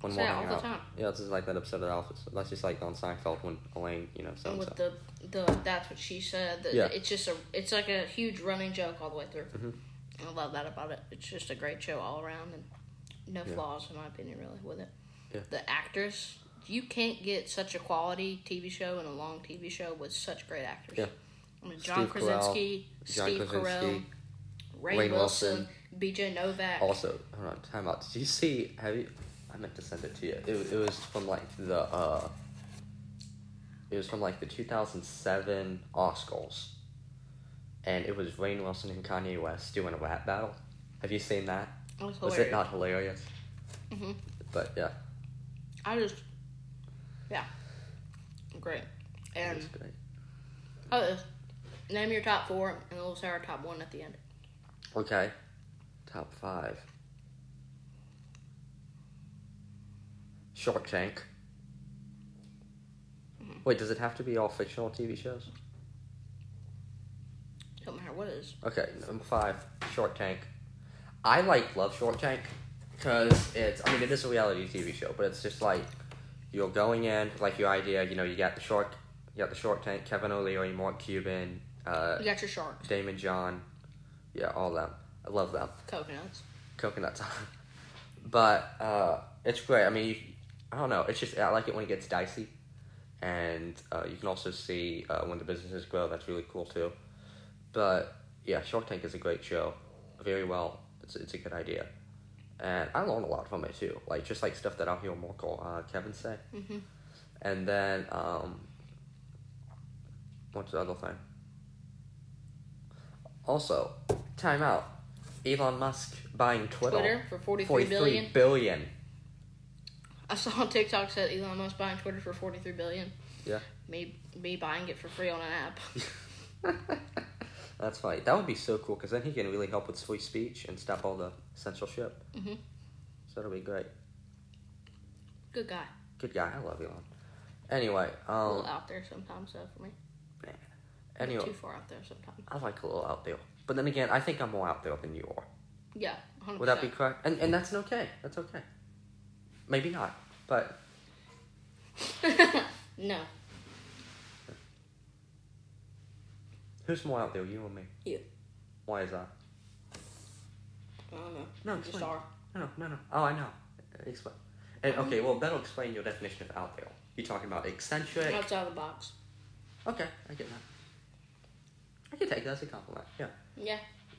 S1: when
S2: Say it
S1: we're
S2: all
S1: hanging
S2: the
S1: out.
S2: time.
S1: Yeah, it's just like that episode of The Office. That's just like on Seinfeld when Elaine, you know, so
S2: And
S1: and
S2: with
S1: so.
S2: the, the, that's what she said. The,
S1: Yeah.
S2: It's just a, it's like a huge running joke all the way through.
S1: Mhm.
S2: I love that about it. It's just a great show all around and no
S1: Yeah.
S2: flaws, in my opinion, really, with it.
S1: Yeah.
S2: The actors, you can't get such a quality TV show and a long TV show with such great actors.
S1: Yeah.
S2: I mean, John
S1: Steve Carell,
S2: Krasinski,
S1: John
S2: Steve Carell,
S1: Krasinski,
S2: Ray,
S1: Rainn
S2: Wilson,
S1: Wilson.
S2: BJ Novak.
S1: Also, hold on, time out. Did you see? Have you? I meant to send it to you. It, wa- it was from like the. uh It was from like the 2007 Oscars, and it was Rainn Wilson and Kanye West doing a rap battle. Have you seen that?
S2: That was
S1: Was
S2: hilarious.
S1: it not hilarious?
S2: Mhm.
S1: But yeah,
S2: I just, yeah, great.
S1: it
S2: And
S1: was great.
S2: oh, name your top four, and we'll say our top one at the end.
S1: Okay, top five. Shark Tank.
S2: Mm-hmm.
S1: Wait, does it have to be all fictional TV shows?
S2: Don't matter what it is.
S1: Okay, number five, Short Tank. I like love Short Tank because it's. I mean, it is a reality TV show, but it's just like you're going in like your idea. You know, you got the short, you got the Short Tank, Kevin O'Leary, Mark Cuban, uh,
S2: You got your sharks,
S1: Damon John, yeah, all them. I love them.
S2: coconuts.
S1: Coconut time, (laughs) but uh, it's great. I mean, you, I don't know. It's just I like it when it gets dicey, and uh, you can also see uh, when the businesses grow. That's really cool too. But yeah, Shark Tank is a great show. Very well, it's it's a good idea, and I learned a lot from it too. Like just like stuff that I'll hear Marco uh, Kevin say,
S2: hmm
S1: and then um, what's the other thing? Also, time out. Elon Musk buying
S2: Twitter for forty-three billion.
S1: billion.
S2: I saw on TikTok said Elon Musk buying Twitter for forty-three billion.
S1: Yeah.
S2: Me, me buying it for free on an app.
S1: That's right. That would be so cool because then he can really help with free speech and stop all the censorship.
S2: Mhm.
S1: So that'll be great.
S2: Good guy.
S1: Good guy. I love Elon. Anyway,
S2: A
S1: um,
S2: little out there sometimes though for me. Not
S1: anyway,
S2: Too far out there sometimes.
S1: I like a little out there. But then again, I think I'm more out there than you are.
S2: Yeah. 100%.
S1: Would that be correct? And and that's okay. That's okay. Maybe not, but
S2: (laughs) no.
S1: who's more out there, you or me?
S2: You.
S1: Why is that?
S2: I don't know.
S1: No,
S2: just
S1: explain.
S2: are.
S1: No, no, no. Oh, I know. Explain. And okay, well, that'll explain your definition of out there. You're talking about eccentric.
S2: Outside the box.
S1: Okay, I get that. I can take that as a compliment. Yeah.
S2: Yeah.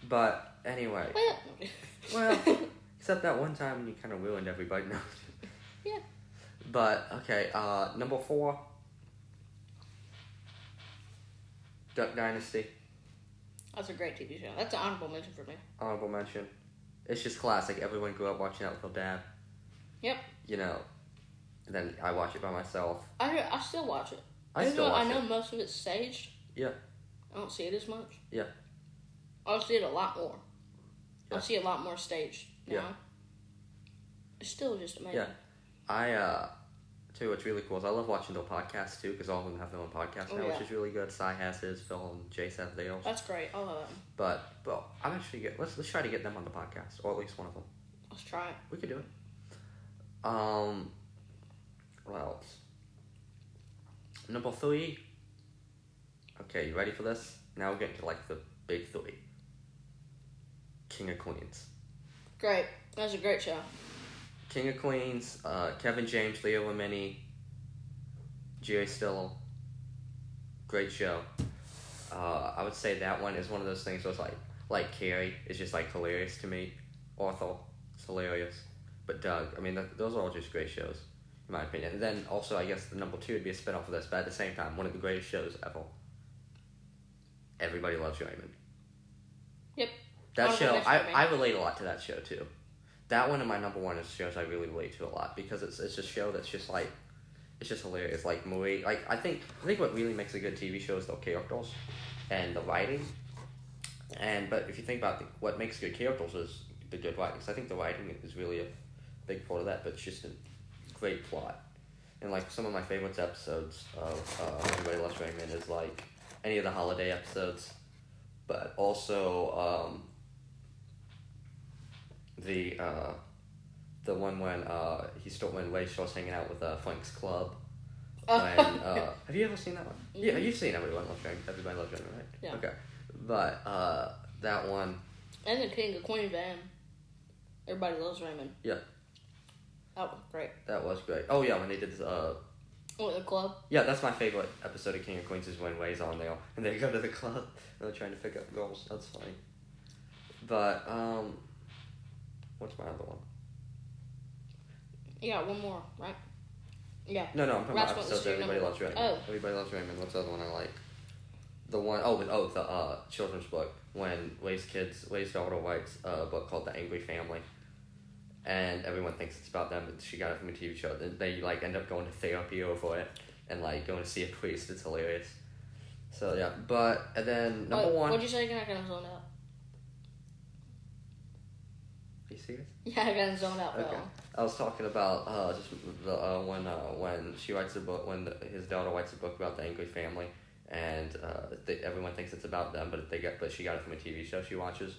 S1: But anyway,
S2: Well, (laughs)
S1: Well. except that one time when you kind of ruined everybody. (laughs) No.
S2: Yeah.
S1: But okay, uh, number four. Duck Dynasty,
S2: that's a great TV show. That's an honorable mention for me.
S1: honorable mention. It's just classic. Everyone grew up watching that with their dad.
S2: Yep.
S1: You know, and then I watch it by myself.
S2: I, I still watch it.
S1: I
S2: Even
S1: still
S2: though
S1: watch
S2: I know
S1: it.
S2: most of it's staged.
S1: Yeah.
S2: I don't see it as much.
S1: Yeah.
S2: I see it a lot more.
S1: Yeah.
S2: I see a lot more staged now.
S1: Yeah.
S2: It's still just amazing.
S1: Yeah. I uh, tell you what's really cool is I love watching their podcasts too because all of them have their own podcast
S2: Oh,
S1: now,
S2: yeah.
S1: which is really good. Cy has his, Phil and Jace have theirs.
S2: That's great. I love it.
S1: But well, I'm actually get let's let's try to get them on the podcast or at least one of them.
S2: Let's try it.
S1: We could do it. Um, what else? Number three. Okay, you ready for this? Now we're getting to like the big three. King of Queens.
S2: Great. That's a great show.
S1: King of Queens, uh, Kevin James, Leo Lemini, Jerry Stillwell. Great show. Uh, I would say that one is one of those things where it's like, like Carrie is just like hilarious to me. Arthur, it's hilarious. But Doug, I mean, th- those are all just great shows, in my opinion. And then also, I guess the number two would be a spin off of this, but at the same time, one of the greatest shows ever. Everybody loves Raymond.
S2: Yep.
S1: That
S2: Oh,
S1: show,
S2: that's
S1: I,
S2: perfect.
S1: I relate a lot to that show too. That one of my number one is shows I really relate to a lot because it's it's a show that's just like it's just hilarious. Like Marie, like I think I think what really makes a good TV show is the characters and the writing. And but if you think about the, what makes good characters is the good writing. So I think the writing is really a big part of that, but it's just a great plot. And like some of my favorite episodes of uh, Everybody Loves Raymond is like any of the holiday episodes, but also um, the uh, the one when uh, he still when Ray starts hanging out with uh, Frank's club.
S2: (laughs)
S1: When, uh, have you ever seen that one? Yeah, you've seen Everybody Loves Raymond. Everybody Loves Raymond, right?
S2: Yeah.
S1: Okay, but uh, that one,
S2: and the King of Queen Van. Everybody loves Raymond.
S1: Yeah.
S2: That was great.
S1: that was great. Oh yeah, when they did uh,
S2: Oh, the club.
S1: Yeah, that's my favorite episode of King of Queens is when Way's on there and they go to the club and they're trying to pick up girls. That's funny. But um, what's my other one?
S2: You got one more, right? Yeah.
S1: No, no, I'm talking
S2: That's
S1: about
S2: what
S1: episodes.
S2: was your
S1: Everybody
S2: number-
S1: loves Raymond.
S2: Oh.
S1: Everybody loves Raymond. What's the other one I like? The one oh with oh the uh children's book when Way's kids Way's daughter writes a book called The Angry Family, and everyone thinks it's about them, but she got it from a TV show. Then they like end up going to therapy over it and like going to see a priest. It's hilarious. So yeah, but and then number
S2: Wait,
S1: one.
S2: What'd you say? I got zoned out. (laughs)
S1: you serious?
S2: Yeah, I got zoned out.
S1: Okay.
S2: Okay.
S1: I was talking about uh, just the uh, when uh, when she writes a book when the, his daughter writes a book about the angry family and uh, they, everyone thinks it's about them but they get but she got it from a TV show she watches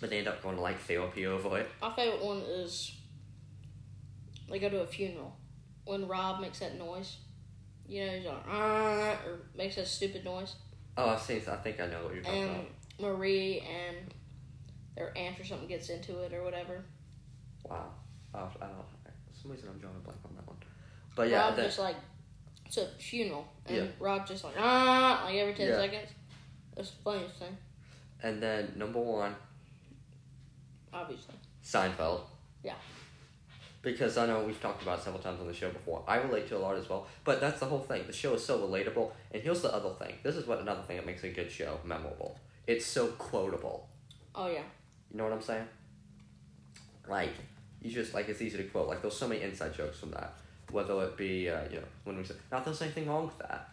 S1: but they end up going to like therapy over it
S2: My favorite one is they go to a funeral. When Rob makes that noise, you know, he's like, "Ah," or makes that stupid noise.
S1: oh I've seen I think I know what you're talking
S2: And
S1: about
S2: Marie and their aunt or something gets into it or whatever.
S1: wow oh, I don't for some reason I'm drawing a blank on that one but Oh, yeah
S2: Rob
S1: that-
S2: just like it's a funeral, and
S1: Yeah.
S2: Rob just like ah, like every ten
S1: Yeah.
S2: seconds. It's the funniest thing,
S1: and then number one
S2: obviously.
S1: Seinfeld.
S2: Yeah.
S1: Because I know we've talked about it several times on the show before. I relate to a lot as well, but that's the whole thing. The show is so relatable, and here's the other thing. This is what another thing that makes a good show memorable. It's so quotable.
S2: Oh yeah,
S1: You know what I'm saying? Like, you just like it's easy to quote. Like, there's so many inside jokes from that. Whether it be uh, you know when we say not that there's anything wrong with that,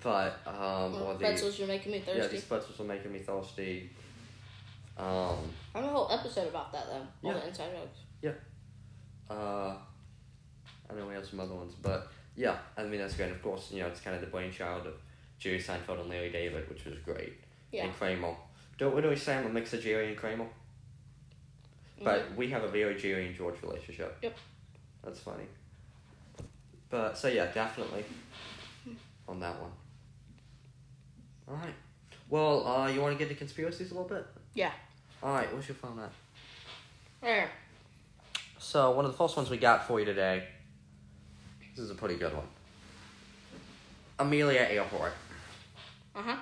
S1: but um,
S2: well,
S1: or the
S2: pretzels are making me thirsty.
S1: yeah these pretzels are making me thirsty. Um,
S2: I have a whole episode about that though. All
S1: Yeah.
S2: the inside jokes.
S1: Uh, I know we have some other ones, but yeah, I mean that's great. Of course, you know it's kind of the brainchild of Jerry Seinfeld and Larry David, which was great.
S2: Yeah.
S1: And Kramer. Don't what do we say? I'm a mix of Jerry and Kramer, but we have a very Jerry and George relationship.
S2: Mm-hmm. Yep.
S1: That's funny. But so yeah, definitely
S2: Hmm.
S1: on that one. All right. Well, uh, you want to get into conspiracies a little bit?
S2: Yeah.
S1: All right, what's your phone at?
S2: There.
S1: So one of the first ones we got for you today. This is a pretty good one. Amelia Earhart.
S2: Uh huh.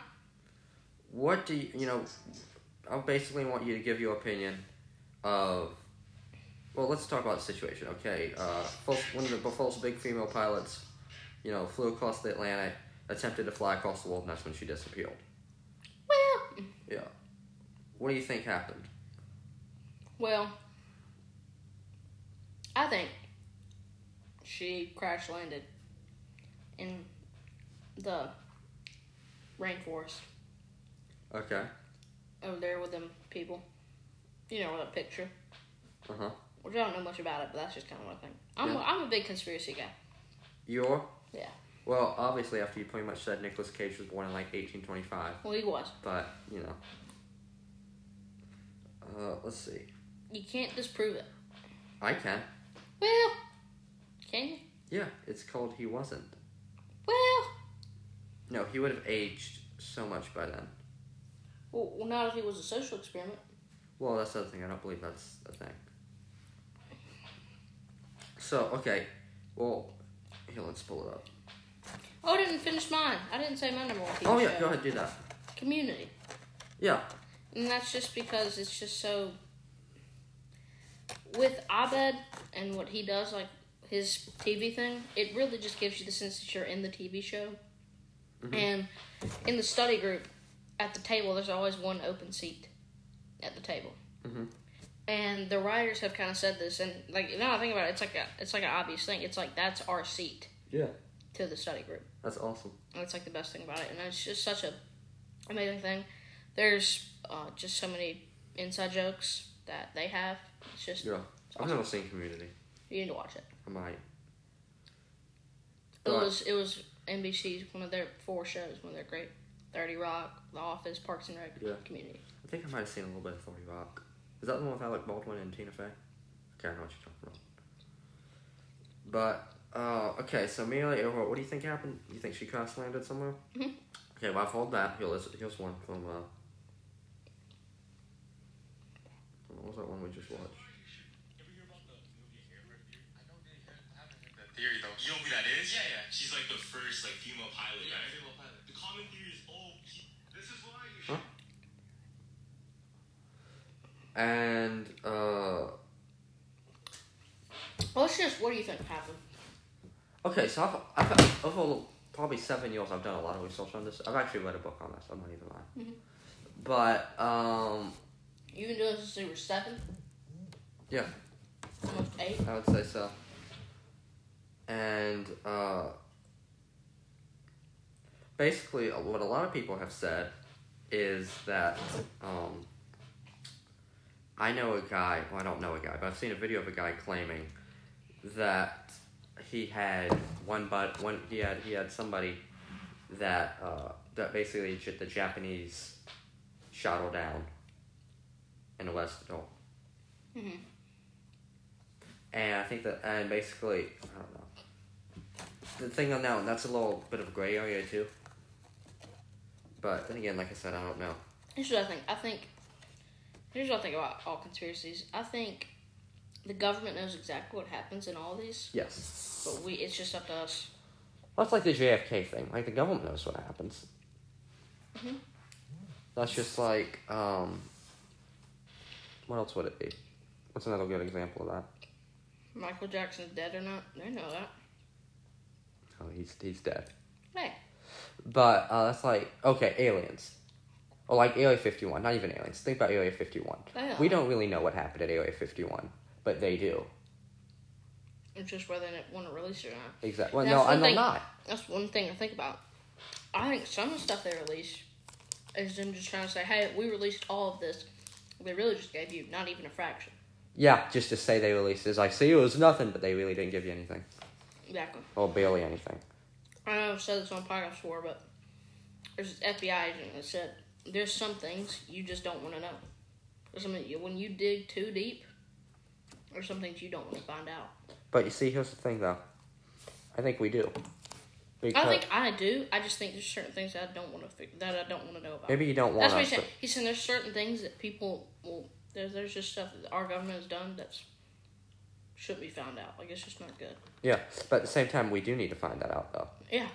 S1: What do you, you know? I basically want you to give your opinion of. Well, let's talk about the situation, okay? Uh, first, one of the first big female pilots, you know, flew across the Atlantic, attempted to fly across the world, and that's when she disappeared.
S2: Well,
S1: Yeah. What do you think happened?
S2: well. I think she crash landed in the rainforest
S1: Okay.
S2: over there with them people. You know, with a picture.
S1: Uh huh.
S2: Which I don't know much about it, but that's just kind of what I think. I'm,
S1: Yeah.
S2: a, I'm a big conspiracy guy.
S1: You're?
S2: Yeah.
S1: Well, obviously, after you pretty much said Nicolas Cage was born in like 1825,
S2: Well, he was.
S1: but, you know. Uh, let's see.
S2: You can't disprove it.
S1: I can.
S2: Well, can you?
S1: Yeah, it's called He Wasn't.
S2: Well,
S1: No, he would have aged so much by then.
S2: well, well, not if he was a social experiment.
S1: Well, that's the other thing. I don't believe that's a thing. So, okay. Well, here, let's pull it up.
S2: Oh, I didn't finish mine. I didn't say my number one. TV
S1: Oh, yeah,
S2: show.
S1: go ahead, do that.
S2: Community,
S1: Yeah,
S2: and that's just because it's just so. With Abed and what he does, like his TV thing, it really just gives you the sense that you're in the TV show.
S1: Mhm.
S2: And in the study group, at the table, there's always one open seat at the table.
S1: Mhm.
S2: And the writers have kind of said this, and like now I think about it, it's like a, it's like an obvious thing. It's like that's our seat.
S1: Yeah.
S2: To the study group.
S1: that's awesome.
S2: That's like the best thing about it, and it's just such a amazing thing. There's uh, just so many inside jokes that they have. It's just
S1: Yeah. I've never seen Community.
S2: you need to watch it.
S1: I might.
S2: It
S1: Right.
S2: was it was NBC's one of their four shows, one of their great. Thirty Rock, The Office, Parks and Rec,
S1: Yeah.
S2: Community.
S1: I think I might have seen a little bit of 40 Rock. Is that the one with Alec Baldwin and Tina Fey? Okay, I know what you're talking about. But, uh, okay, so Amelia Earhart, what do you think happened? You think she crash landed somewhere?
S2: Mhm.
S1: Okay, well, I've heard that. Here, let's, here's one from, uh, what was that one we just watched?
S3: Theory though.
S4: You know who that is?
S3: Yeah, yeah.
S4: She's like the first like female pilot,
S3: Yeah,
S4: right?
S3: female pilot.
S4: The common theory is oh, she-
S3: This is why you
S1: Huh? And, uh,
S2: Well, it's just what do you think happened?
S1: okay, so I've, I've, over probably seven years, I've done a lot of research on this. I've actually read a book on this, I'm not even lying.
S2: Mhm.
S1: But, um,
S2: You've been doing this since you were seven.
S1: Yeah.
S2: Almost eight.
S1: I would say so. And uh, basically, uh, what a lot of people have said is that um, I know a guy. Well, I don't know a guy, but I've seen a video of a guy claiming that he had one, but one he had he had somebody that uh, that basically j- the Japanese shot her down and arrested her.
S2: Mhm.
S1: And I think that, and basically, I don't know. The thing on that one, that's a little bit of a gray area too. But then again, like I said, I don't know.
S2: Here's what I think. I think here's what I think about all conspiracies. I think the government knows exactly what happens in all these,
S1: Yes.
S2: but we it's just up to us.
S1: That's like the JFK thing. Like the government knows what happens.
S2: Mhm.
S1: That's just like, um, what else would it be? What's another good example of that?
S2: Michael Jackson's dead or not? They know that.
S1: Oh, he's he's dead.
S2: Hey.
S1: But uh, that's like okay, aliens, or like Area Fifty One. Not even aliens. Think about Area Fifty One.
S2: Yeah.
S1: We don't really know what happened at Area Fifty One, but they do.
S2: It's just whether they want to release it or not.
S1: Exactly. Well,
S2: That's
S1: no,
S2: the
S1: I know
S2: thing.
S1: not.
S2: That's one thing to think about. I think some of the stuff they release is them just trying to say, Hey, we released all of this. They really just gave you not even a fraction.
S1: Yeah, just to say they released this. I see it was nothing, but they really didn't give you anything,
S2: Exactly.
S1: or barely anything.
S2: I know I've said this on podcast before, but there's this FBI agent that said there's some things you just don't want to know. There's something you, when you dig too deep, there's some things you don't want to find out.
S1: But you see, here's the thing, though. I think we do. Because
S2: I think I do. I just think there's certain things that I don't want to that I don't want to know about.
S1: maybe you don't want
S2: That's what
S1: us
S2: he's saying.
S1: to-
S2: He's saying there's certain things that people will. There's, there's just stuff that our government has done that's shouldn't be found out. Like it's just not good.
S1: Yeah, but at the same time, we do need to find that out, though.
S2: Yeah.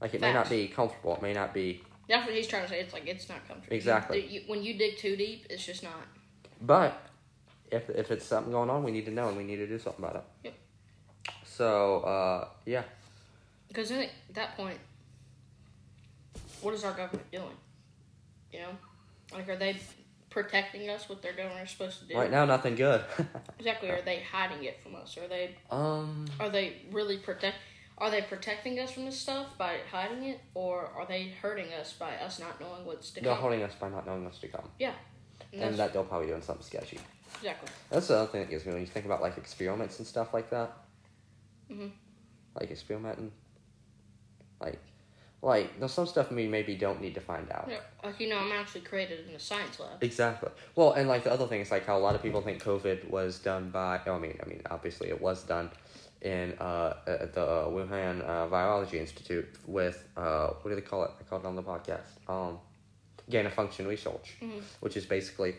S1: Like, it may not
S2: Facts.
S1: be comfortable. It may not be.
S2: That's what he's trying to say. It's like it's not comfortable.
S1: Exactly.
S2: You- you- when you dig too deep, it's just not.
S1: But if, if it's something going on, we need to know and we need to do something about it.
S2: Yep.
S1: So, uh, yeah.
S2: Because then at that point, what is our government doing? You know, like are they protecting us? What their government is supposed to do?
S1: Right now, nothing good. (laughs)
S2: Exactly. Are they hiding it from us? Are they
S1: um,
S2: are they really protect? Are they protecting us from this stuff by hiding it, or are they hurting us by us not knowing what's to
S1: they're
S2: come?
S1: holding us by not knowing us to come.
S2: And
S1: And
S2: that's-
S1: that they'll probably doing something sketchy.
S2: exactly.
S1: That's the other thing that gives me when you think about like experiments and stuff like that.
S2: Mhm.
S1: Like experimenting, like, like there's some stuff we maybe don't need to find out.
S2: Yeah, Like you know, I'm actually created in a science lab.
S1: Exactly. Well, and like the other thing is like how a lot of people think COVID was done by. I mean, I mean, obviously it was done in uh, at the uh, Wuhan uh, Virology Institute with uh, what do they call it? I called it on the podcast. Um, gain of function research,
S2: Mhm.
S1: which is basically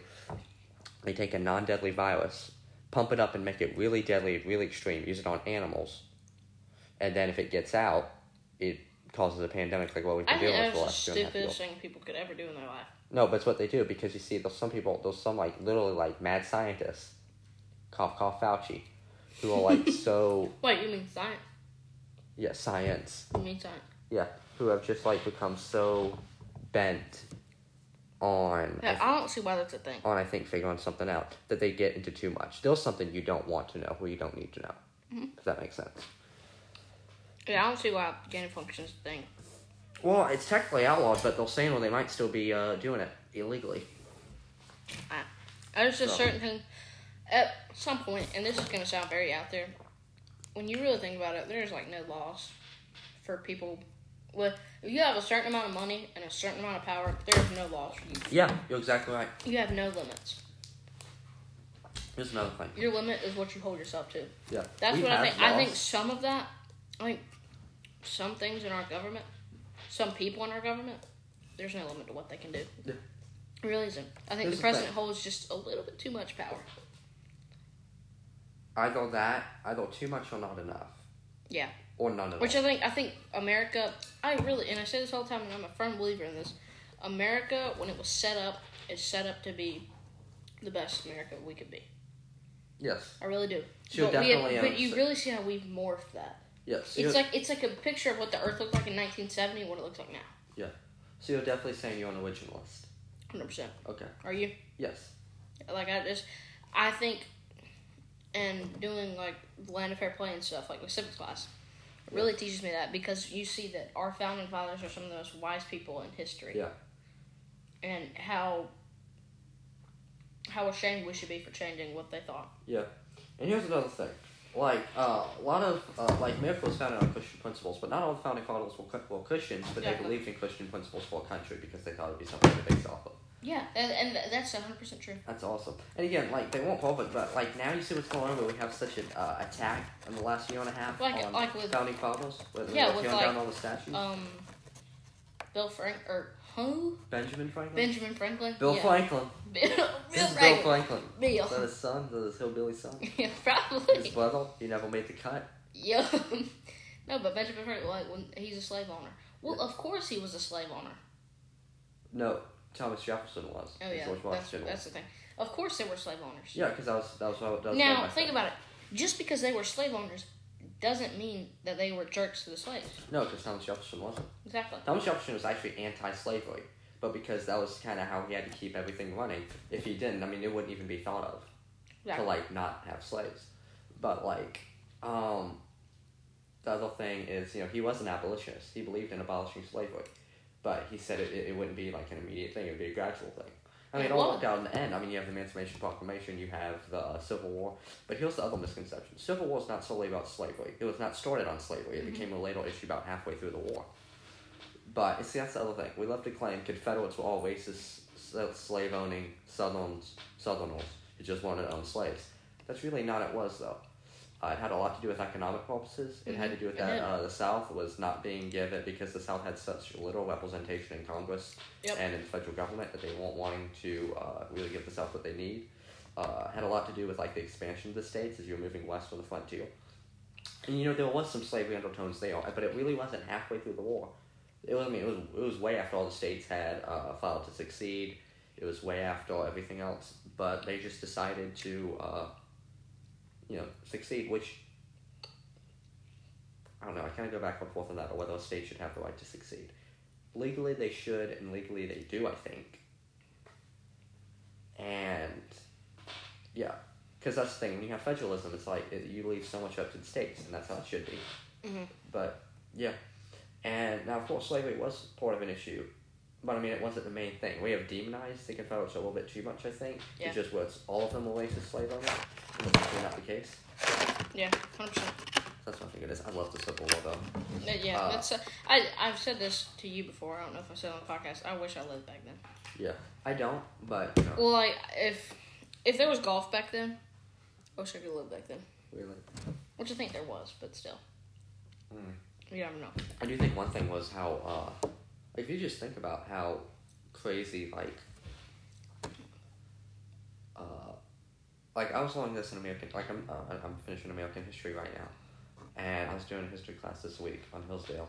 S1: they take a non-deadly virus, pump it up, and make it really deadly, really extreme. Use it on animals, and then if it gets out, it causes a pandemic like what we've
S2: I
S1: been
S2: think
S1: dealing
S2: that
S1: with for the
S2: was the
S1: last two and a half years.
S2: stupidest thing people could ever do in their life.
S1: No, but it's what they do because you see, there's some people, there's some like literally like mad scientists, cough cough Fauci, who are
S2: (laughs)
S1: like so
S2: Wait, you mean science?
S1: yeah science
S2: You mean science?
S1: yeah who have just like become so bent on I
S2: Yeah,
S1: th-
S2: I don't see why that's a thing.
S1: on I think figuring something out that they get into too much. There's something you don't want to know or you don't need to know.
S2: Mm-hmm.
S1: If that makes sense.
S2: Yeah, I don't see why gain of function is a thing.
S1: Well, it's technically outlawed, but they're saying well they might still be uh, doing it illegally.
S2: There's just
S1: So-
S2: certain things. At some point, and this is going to sound very out there, when you really think about it, there's like no laws for people. With, if you have a certain amount of money and a certain amount of power, there's no laws for you.
S1: Yeah, you're exactly right.
S2: You have no limits.
S1: Here's another thing.
S2: Your limit is what you hold yourself to.
S1: Yeah,
S2: That's
S1: we
S2: what I
S1: have
S2: think. I think
S1: laws.
S2: some of that, I think some things in our government, some people in our government, there's no limit to what they can do.
S1: Yeah.
S2: There really isn't. I think
S1: Here's the
S2: the president
S1: thing.
S2: holds just a little bit too much power.
S1: either that, either too much or not enough.
S2: Yeah.
S1: Or none of
S2: Which
S1: all.
S2: I think I think America I really and I say this all the time and I'm a firm believer in this. America when it was set up is set up to be the best America we could be.
S1: yes,
S2: I really do.
S1: She'll
S2: but we have-
S1: definitely
S2: but you
S1: understand.
S2: really see how we've morphed that.
S1: yes. So
S2: It's
S1: you're,
S2: like it's like a picture of what the earth looked like in 1970 and what it looks like now.
S1: so you're definitely saying you're an originalist.
S2: 100%.
S1: Okay.
S2: Are you?
S1: Yes.
S2: Like I just I think and doing like land of fair play and stuff like with civics class it really teaches me that because you see that our founding fathers are some of the most wise people in history.
S1: Yeah.
S2: And how how ashamed we should be for changing what they thought.
S1: And here's another thing. Like uh, a lot of uh, like America was founded on Christian principles, but not all the founding fathers were, Chri- were Christians, but they
S2: Exactly.
S1: believed in Christian principles for a country because they thought it'd be something to base off of.
S2: Yeah, and, and that's 100% true.
S1: That's awesome. And again, like they weren't perfect, but like now you see what's going on. Where we have such an uh, attack in the last year and a half
S2: Like-
S1: on
S2: like with-
S1: founding fathers, where they
S2: Yeah,
S1: were
S2: with,
S1: tearing down
S2: like,
S1: all the statues.
S2: Um Bill Frank or who?
S1: Benjamin Franklin.
S2: Benjamin Franklin?
S1: Mm. Bill
S2: yeah.
S1: Franklin.
S2: (laughs) Bill, Bill
S1: This is Bill
S2: Franklin.
S1: Franklin.
S2: Bill.
S1: Is that his son? Is that his
S2: (laughs)
S1: hillbilly son?
S2: yeah,
S1: His
S2: probably.
S1: brother? He never made the cut.
S2: Yo, (laughs) no, but Benjamin Franklin, like, when he's a slave owner. Well, of course he was a slave owner.
S1: No, Thomas Jefferson was.
S2: Oh
S1: and
S2: yeah,
S1: George
S2: that's,
S1: Washington
S2: that's
S1: was.
S2: the thing. Of course they were slave owners.
S1: Yeah, because that was that was what that was
S2: now think about it. Just because they were slave owners doesn't mean that they were jerks to the slaves.
S1: No, because Thomas Jefferson wasn't.
S2: Exactly.
S1: Thomas Jefferson was actually anti-slavery, but because that was kind of how he had to keep everything running. If he didn't, I mean, it wouldn't even be thought of
S2: Exactly.
S1: to like not have slaves. But like, um, the other thing is, you know, he was an abolitionist. He believed in abolishing slavery, but he said it, it, it wouldn't be like an immediate thing. It would be a gradual thing. I mean, it all
S2: Well-
S1: worked out in the end. I mean, you have the Emancipation Proclamation, you have the uh, Civil War, but here's the other misconception: Civil War is not solely about slavery. It was not started on slavery. It became a later issue about halfway through the war. But see, that's the other thing. We love to claim Confederates were all racist, uh, slave owning Southerns, Southerners who just wanted to own slaves. That's really not it was though. Uh, it had a lot to do with economic purposes. It had to do with
S2: Mhm, it
S1: that
S2: did.
S1: uh, the South was not being given because the South had such little representation in Congress
S2: Yep.
S1: and in the federal government that they weren't wanting to uh, really give the South what they need. Uh, had a lot to do with like the expansion of the states as you were moving west from the frontier. And you know there was some slavery undertones there, but it really wasn't halfway through the war. It was I mean it was it was way after all the states had uh, filed to succeed. It was way after everything else, but they just decided to. Uh, you know, succeed, which I don't know, I kinda go back and forth on that or whether a state should have the right to succeed. Legally they should and legally they do, I think. And yeah, because that's the thing, when you have federalism, it's like it, you leave so much up to the states, and that's how it should be.
S2: Mhm.
S1: But yeah, and now of course slavery was part of an issue, but I mean it wasn't the main thing. We have demonized the Confederates a little bit too much, I think.
S2: Yeah.
S1: It's just was all of them were racist slave owners. and That's definitely not the case.
S2: Yeah, hundred percent.
S1: That's what I think it is. I love the Civil War though.
S2: Yeah,
S1: Uh,
S2: that's. Uh, I I've said this to you before. I don't know if I said it on the podcast. I wish I lived back then.
S1: I don't, but you know,
S2: Well, like if if there was golf back then, I wish I could live back then.
S1: really.
S2: Which I think there was, but still.
S1: Mm.
S2: You never know.
S1: I do think one thing was how, uh, if you just think about how crazy, like, uh, like I was learning this in American, like I'm, uh, I- I'm finishing American history right now, and I was doing a history class this week on Hillsdale.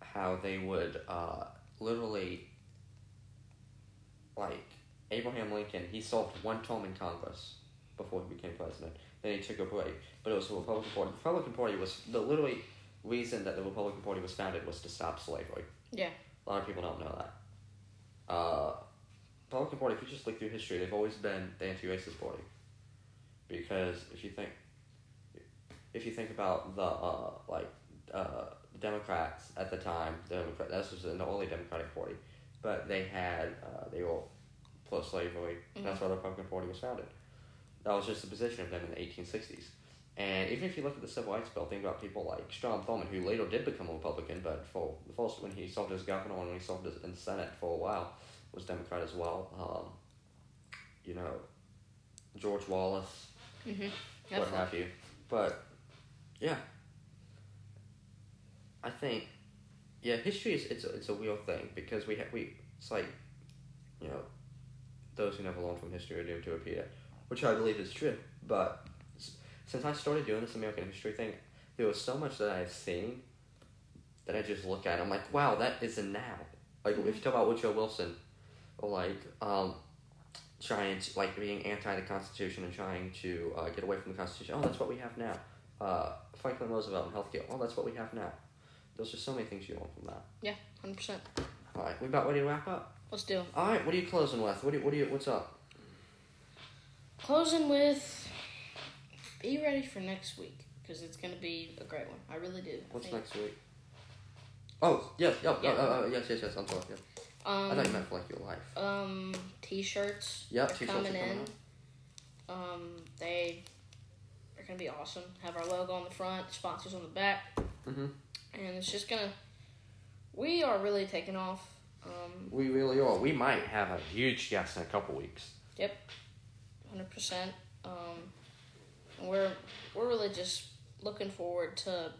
S1: How they would uh, literally, like Abraham Lincoln, he served one term in Congress before he became president. Then he took a break, but it was the Republican Party. The Republican Party was the literally reason that the Republican Party was founded was to stop slavery.
S2: Yeah.
S1: A lot of people don't know that. Uh, Republican Party, if you just look through history, they've always been the anti-racist party. Because if you think, if you think about the uh, like uh, Democrats at the time, the Democrat this was in the only Democratic Party, but they had uh, they were pro-slavery. That's why the Republican Party was founded. That was just the position of them in the eighteen sixties. And even if you look at the Civil Rights Bill, think about people like Strom Thurmond, who later did become a Republican, but for the first when he served as governor and when he served as in the Senate for a while, was Democrat as well. Um, you know, George Wallace,
S2: Mhm.
S1: what
S2: Definitely.
S1: have you. But yeah, I think yeah, history is it's a, it's a real thing because we ha- we it's like you know those who never learn from history are doomed to repeat it, which I believe is true. But s- since I started doing this American history thing, there was so much that I have seen that I just look at. I'm like, wow, that is a now. Like if you talk about Woodrow Wilson, or like um, trying to like being anti the Constitution and trying to uh, get away from the Constitution. Oh, that's what we have now. Uh, Franklin Roosevelt and healthcare. Oh, that's what we have now. There's just so many things you learn from that.
S2: Hundred percent.
S1: All right, we about ready to wrap up.
S2: Let's do. it.
S1: All right, what are you closing with? What do you, what do you what's up?
S2: Closing with. Be ready for next week because it's gonna be a great one. I really do. I
S1: What's
S2: think.
S1: next week? Oh yes, yeah,
S2: Yeah.
S1: yeah. Uh, uh, yes, yes, yes. I'm sorry. Yeah. I thought you
S2: Um,
S1: meant for like your life.
S2: um, t-shirts.
S1: Yep,
S2: are
S1: t-shirts are
S2: coming
S1: coming
S2: in. Um, they are gonna be awesome. Have our logo on the front, sponsors on the back.
S1: hmm
S2: and it's just gonna. We are really taking off. Um,
S1: We really are. We might have a huge guest in a couple weeks.
S2: hundred percent. Um, and we're we're really just looking forward to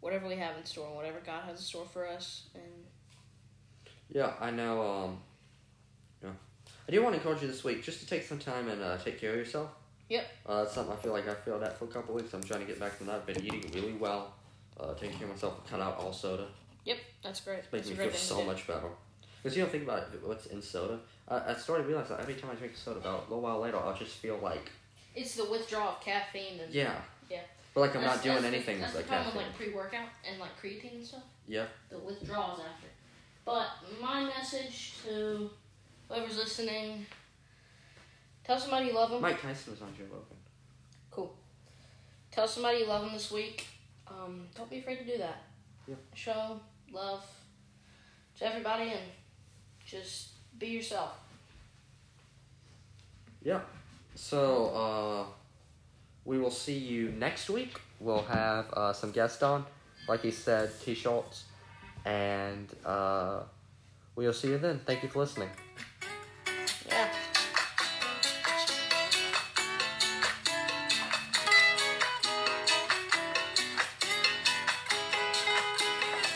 S2: whatever we have in store and whatever God has in store for us. And
S1: Yeah, I know. Um, yeah, I do want to encourage you this week just to take some time and uh, take care of yourself.
S2: Yep.
S1: Uh, that's something I feel like I failed at for a couple weeks. I'm trying to get back from that. I've been eating really well, uh, taking care of myself, cut out all soda.
S2: that's great.
S1: Makes
S2: that's a
S1: me
S2: great
S1: feel
S2: thing
S1: so
S2: to do.
S1: much better. Because you don't think about it, what's in soda. I, I started to realize that every time I drink soda, about a little while later, I'll just feel like,
S2: It's the withdrawal of caffeine and
S1: yeah.
S2: Yeah.
S1: But like I'm
S2: That's-
S1: not doing
S2: that's the-
S1: anything
S2: That's
S1: with
S2: the
S1: that
S2: problem
S1: caffeine.
S2: with like pre-workout and like creatine and stuff.
S1: Yeah.
S2: The withdrawals after. But my message to whoever's listening: tell somebody you love them.
S1: Mike Tyson was on Joe Rogan.
S2: Tell somebody you love them this week. Um, don't be afraid to do that.
S1: Yeah.
S2: Show love to everybody and just be yourself.
S1: So, uh, we will see you next week. We'll have uh, some guests on, like he said, T shirts, and uh, we'll see you then. Thank you for listening.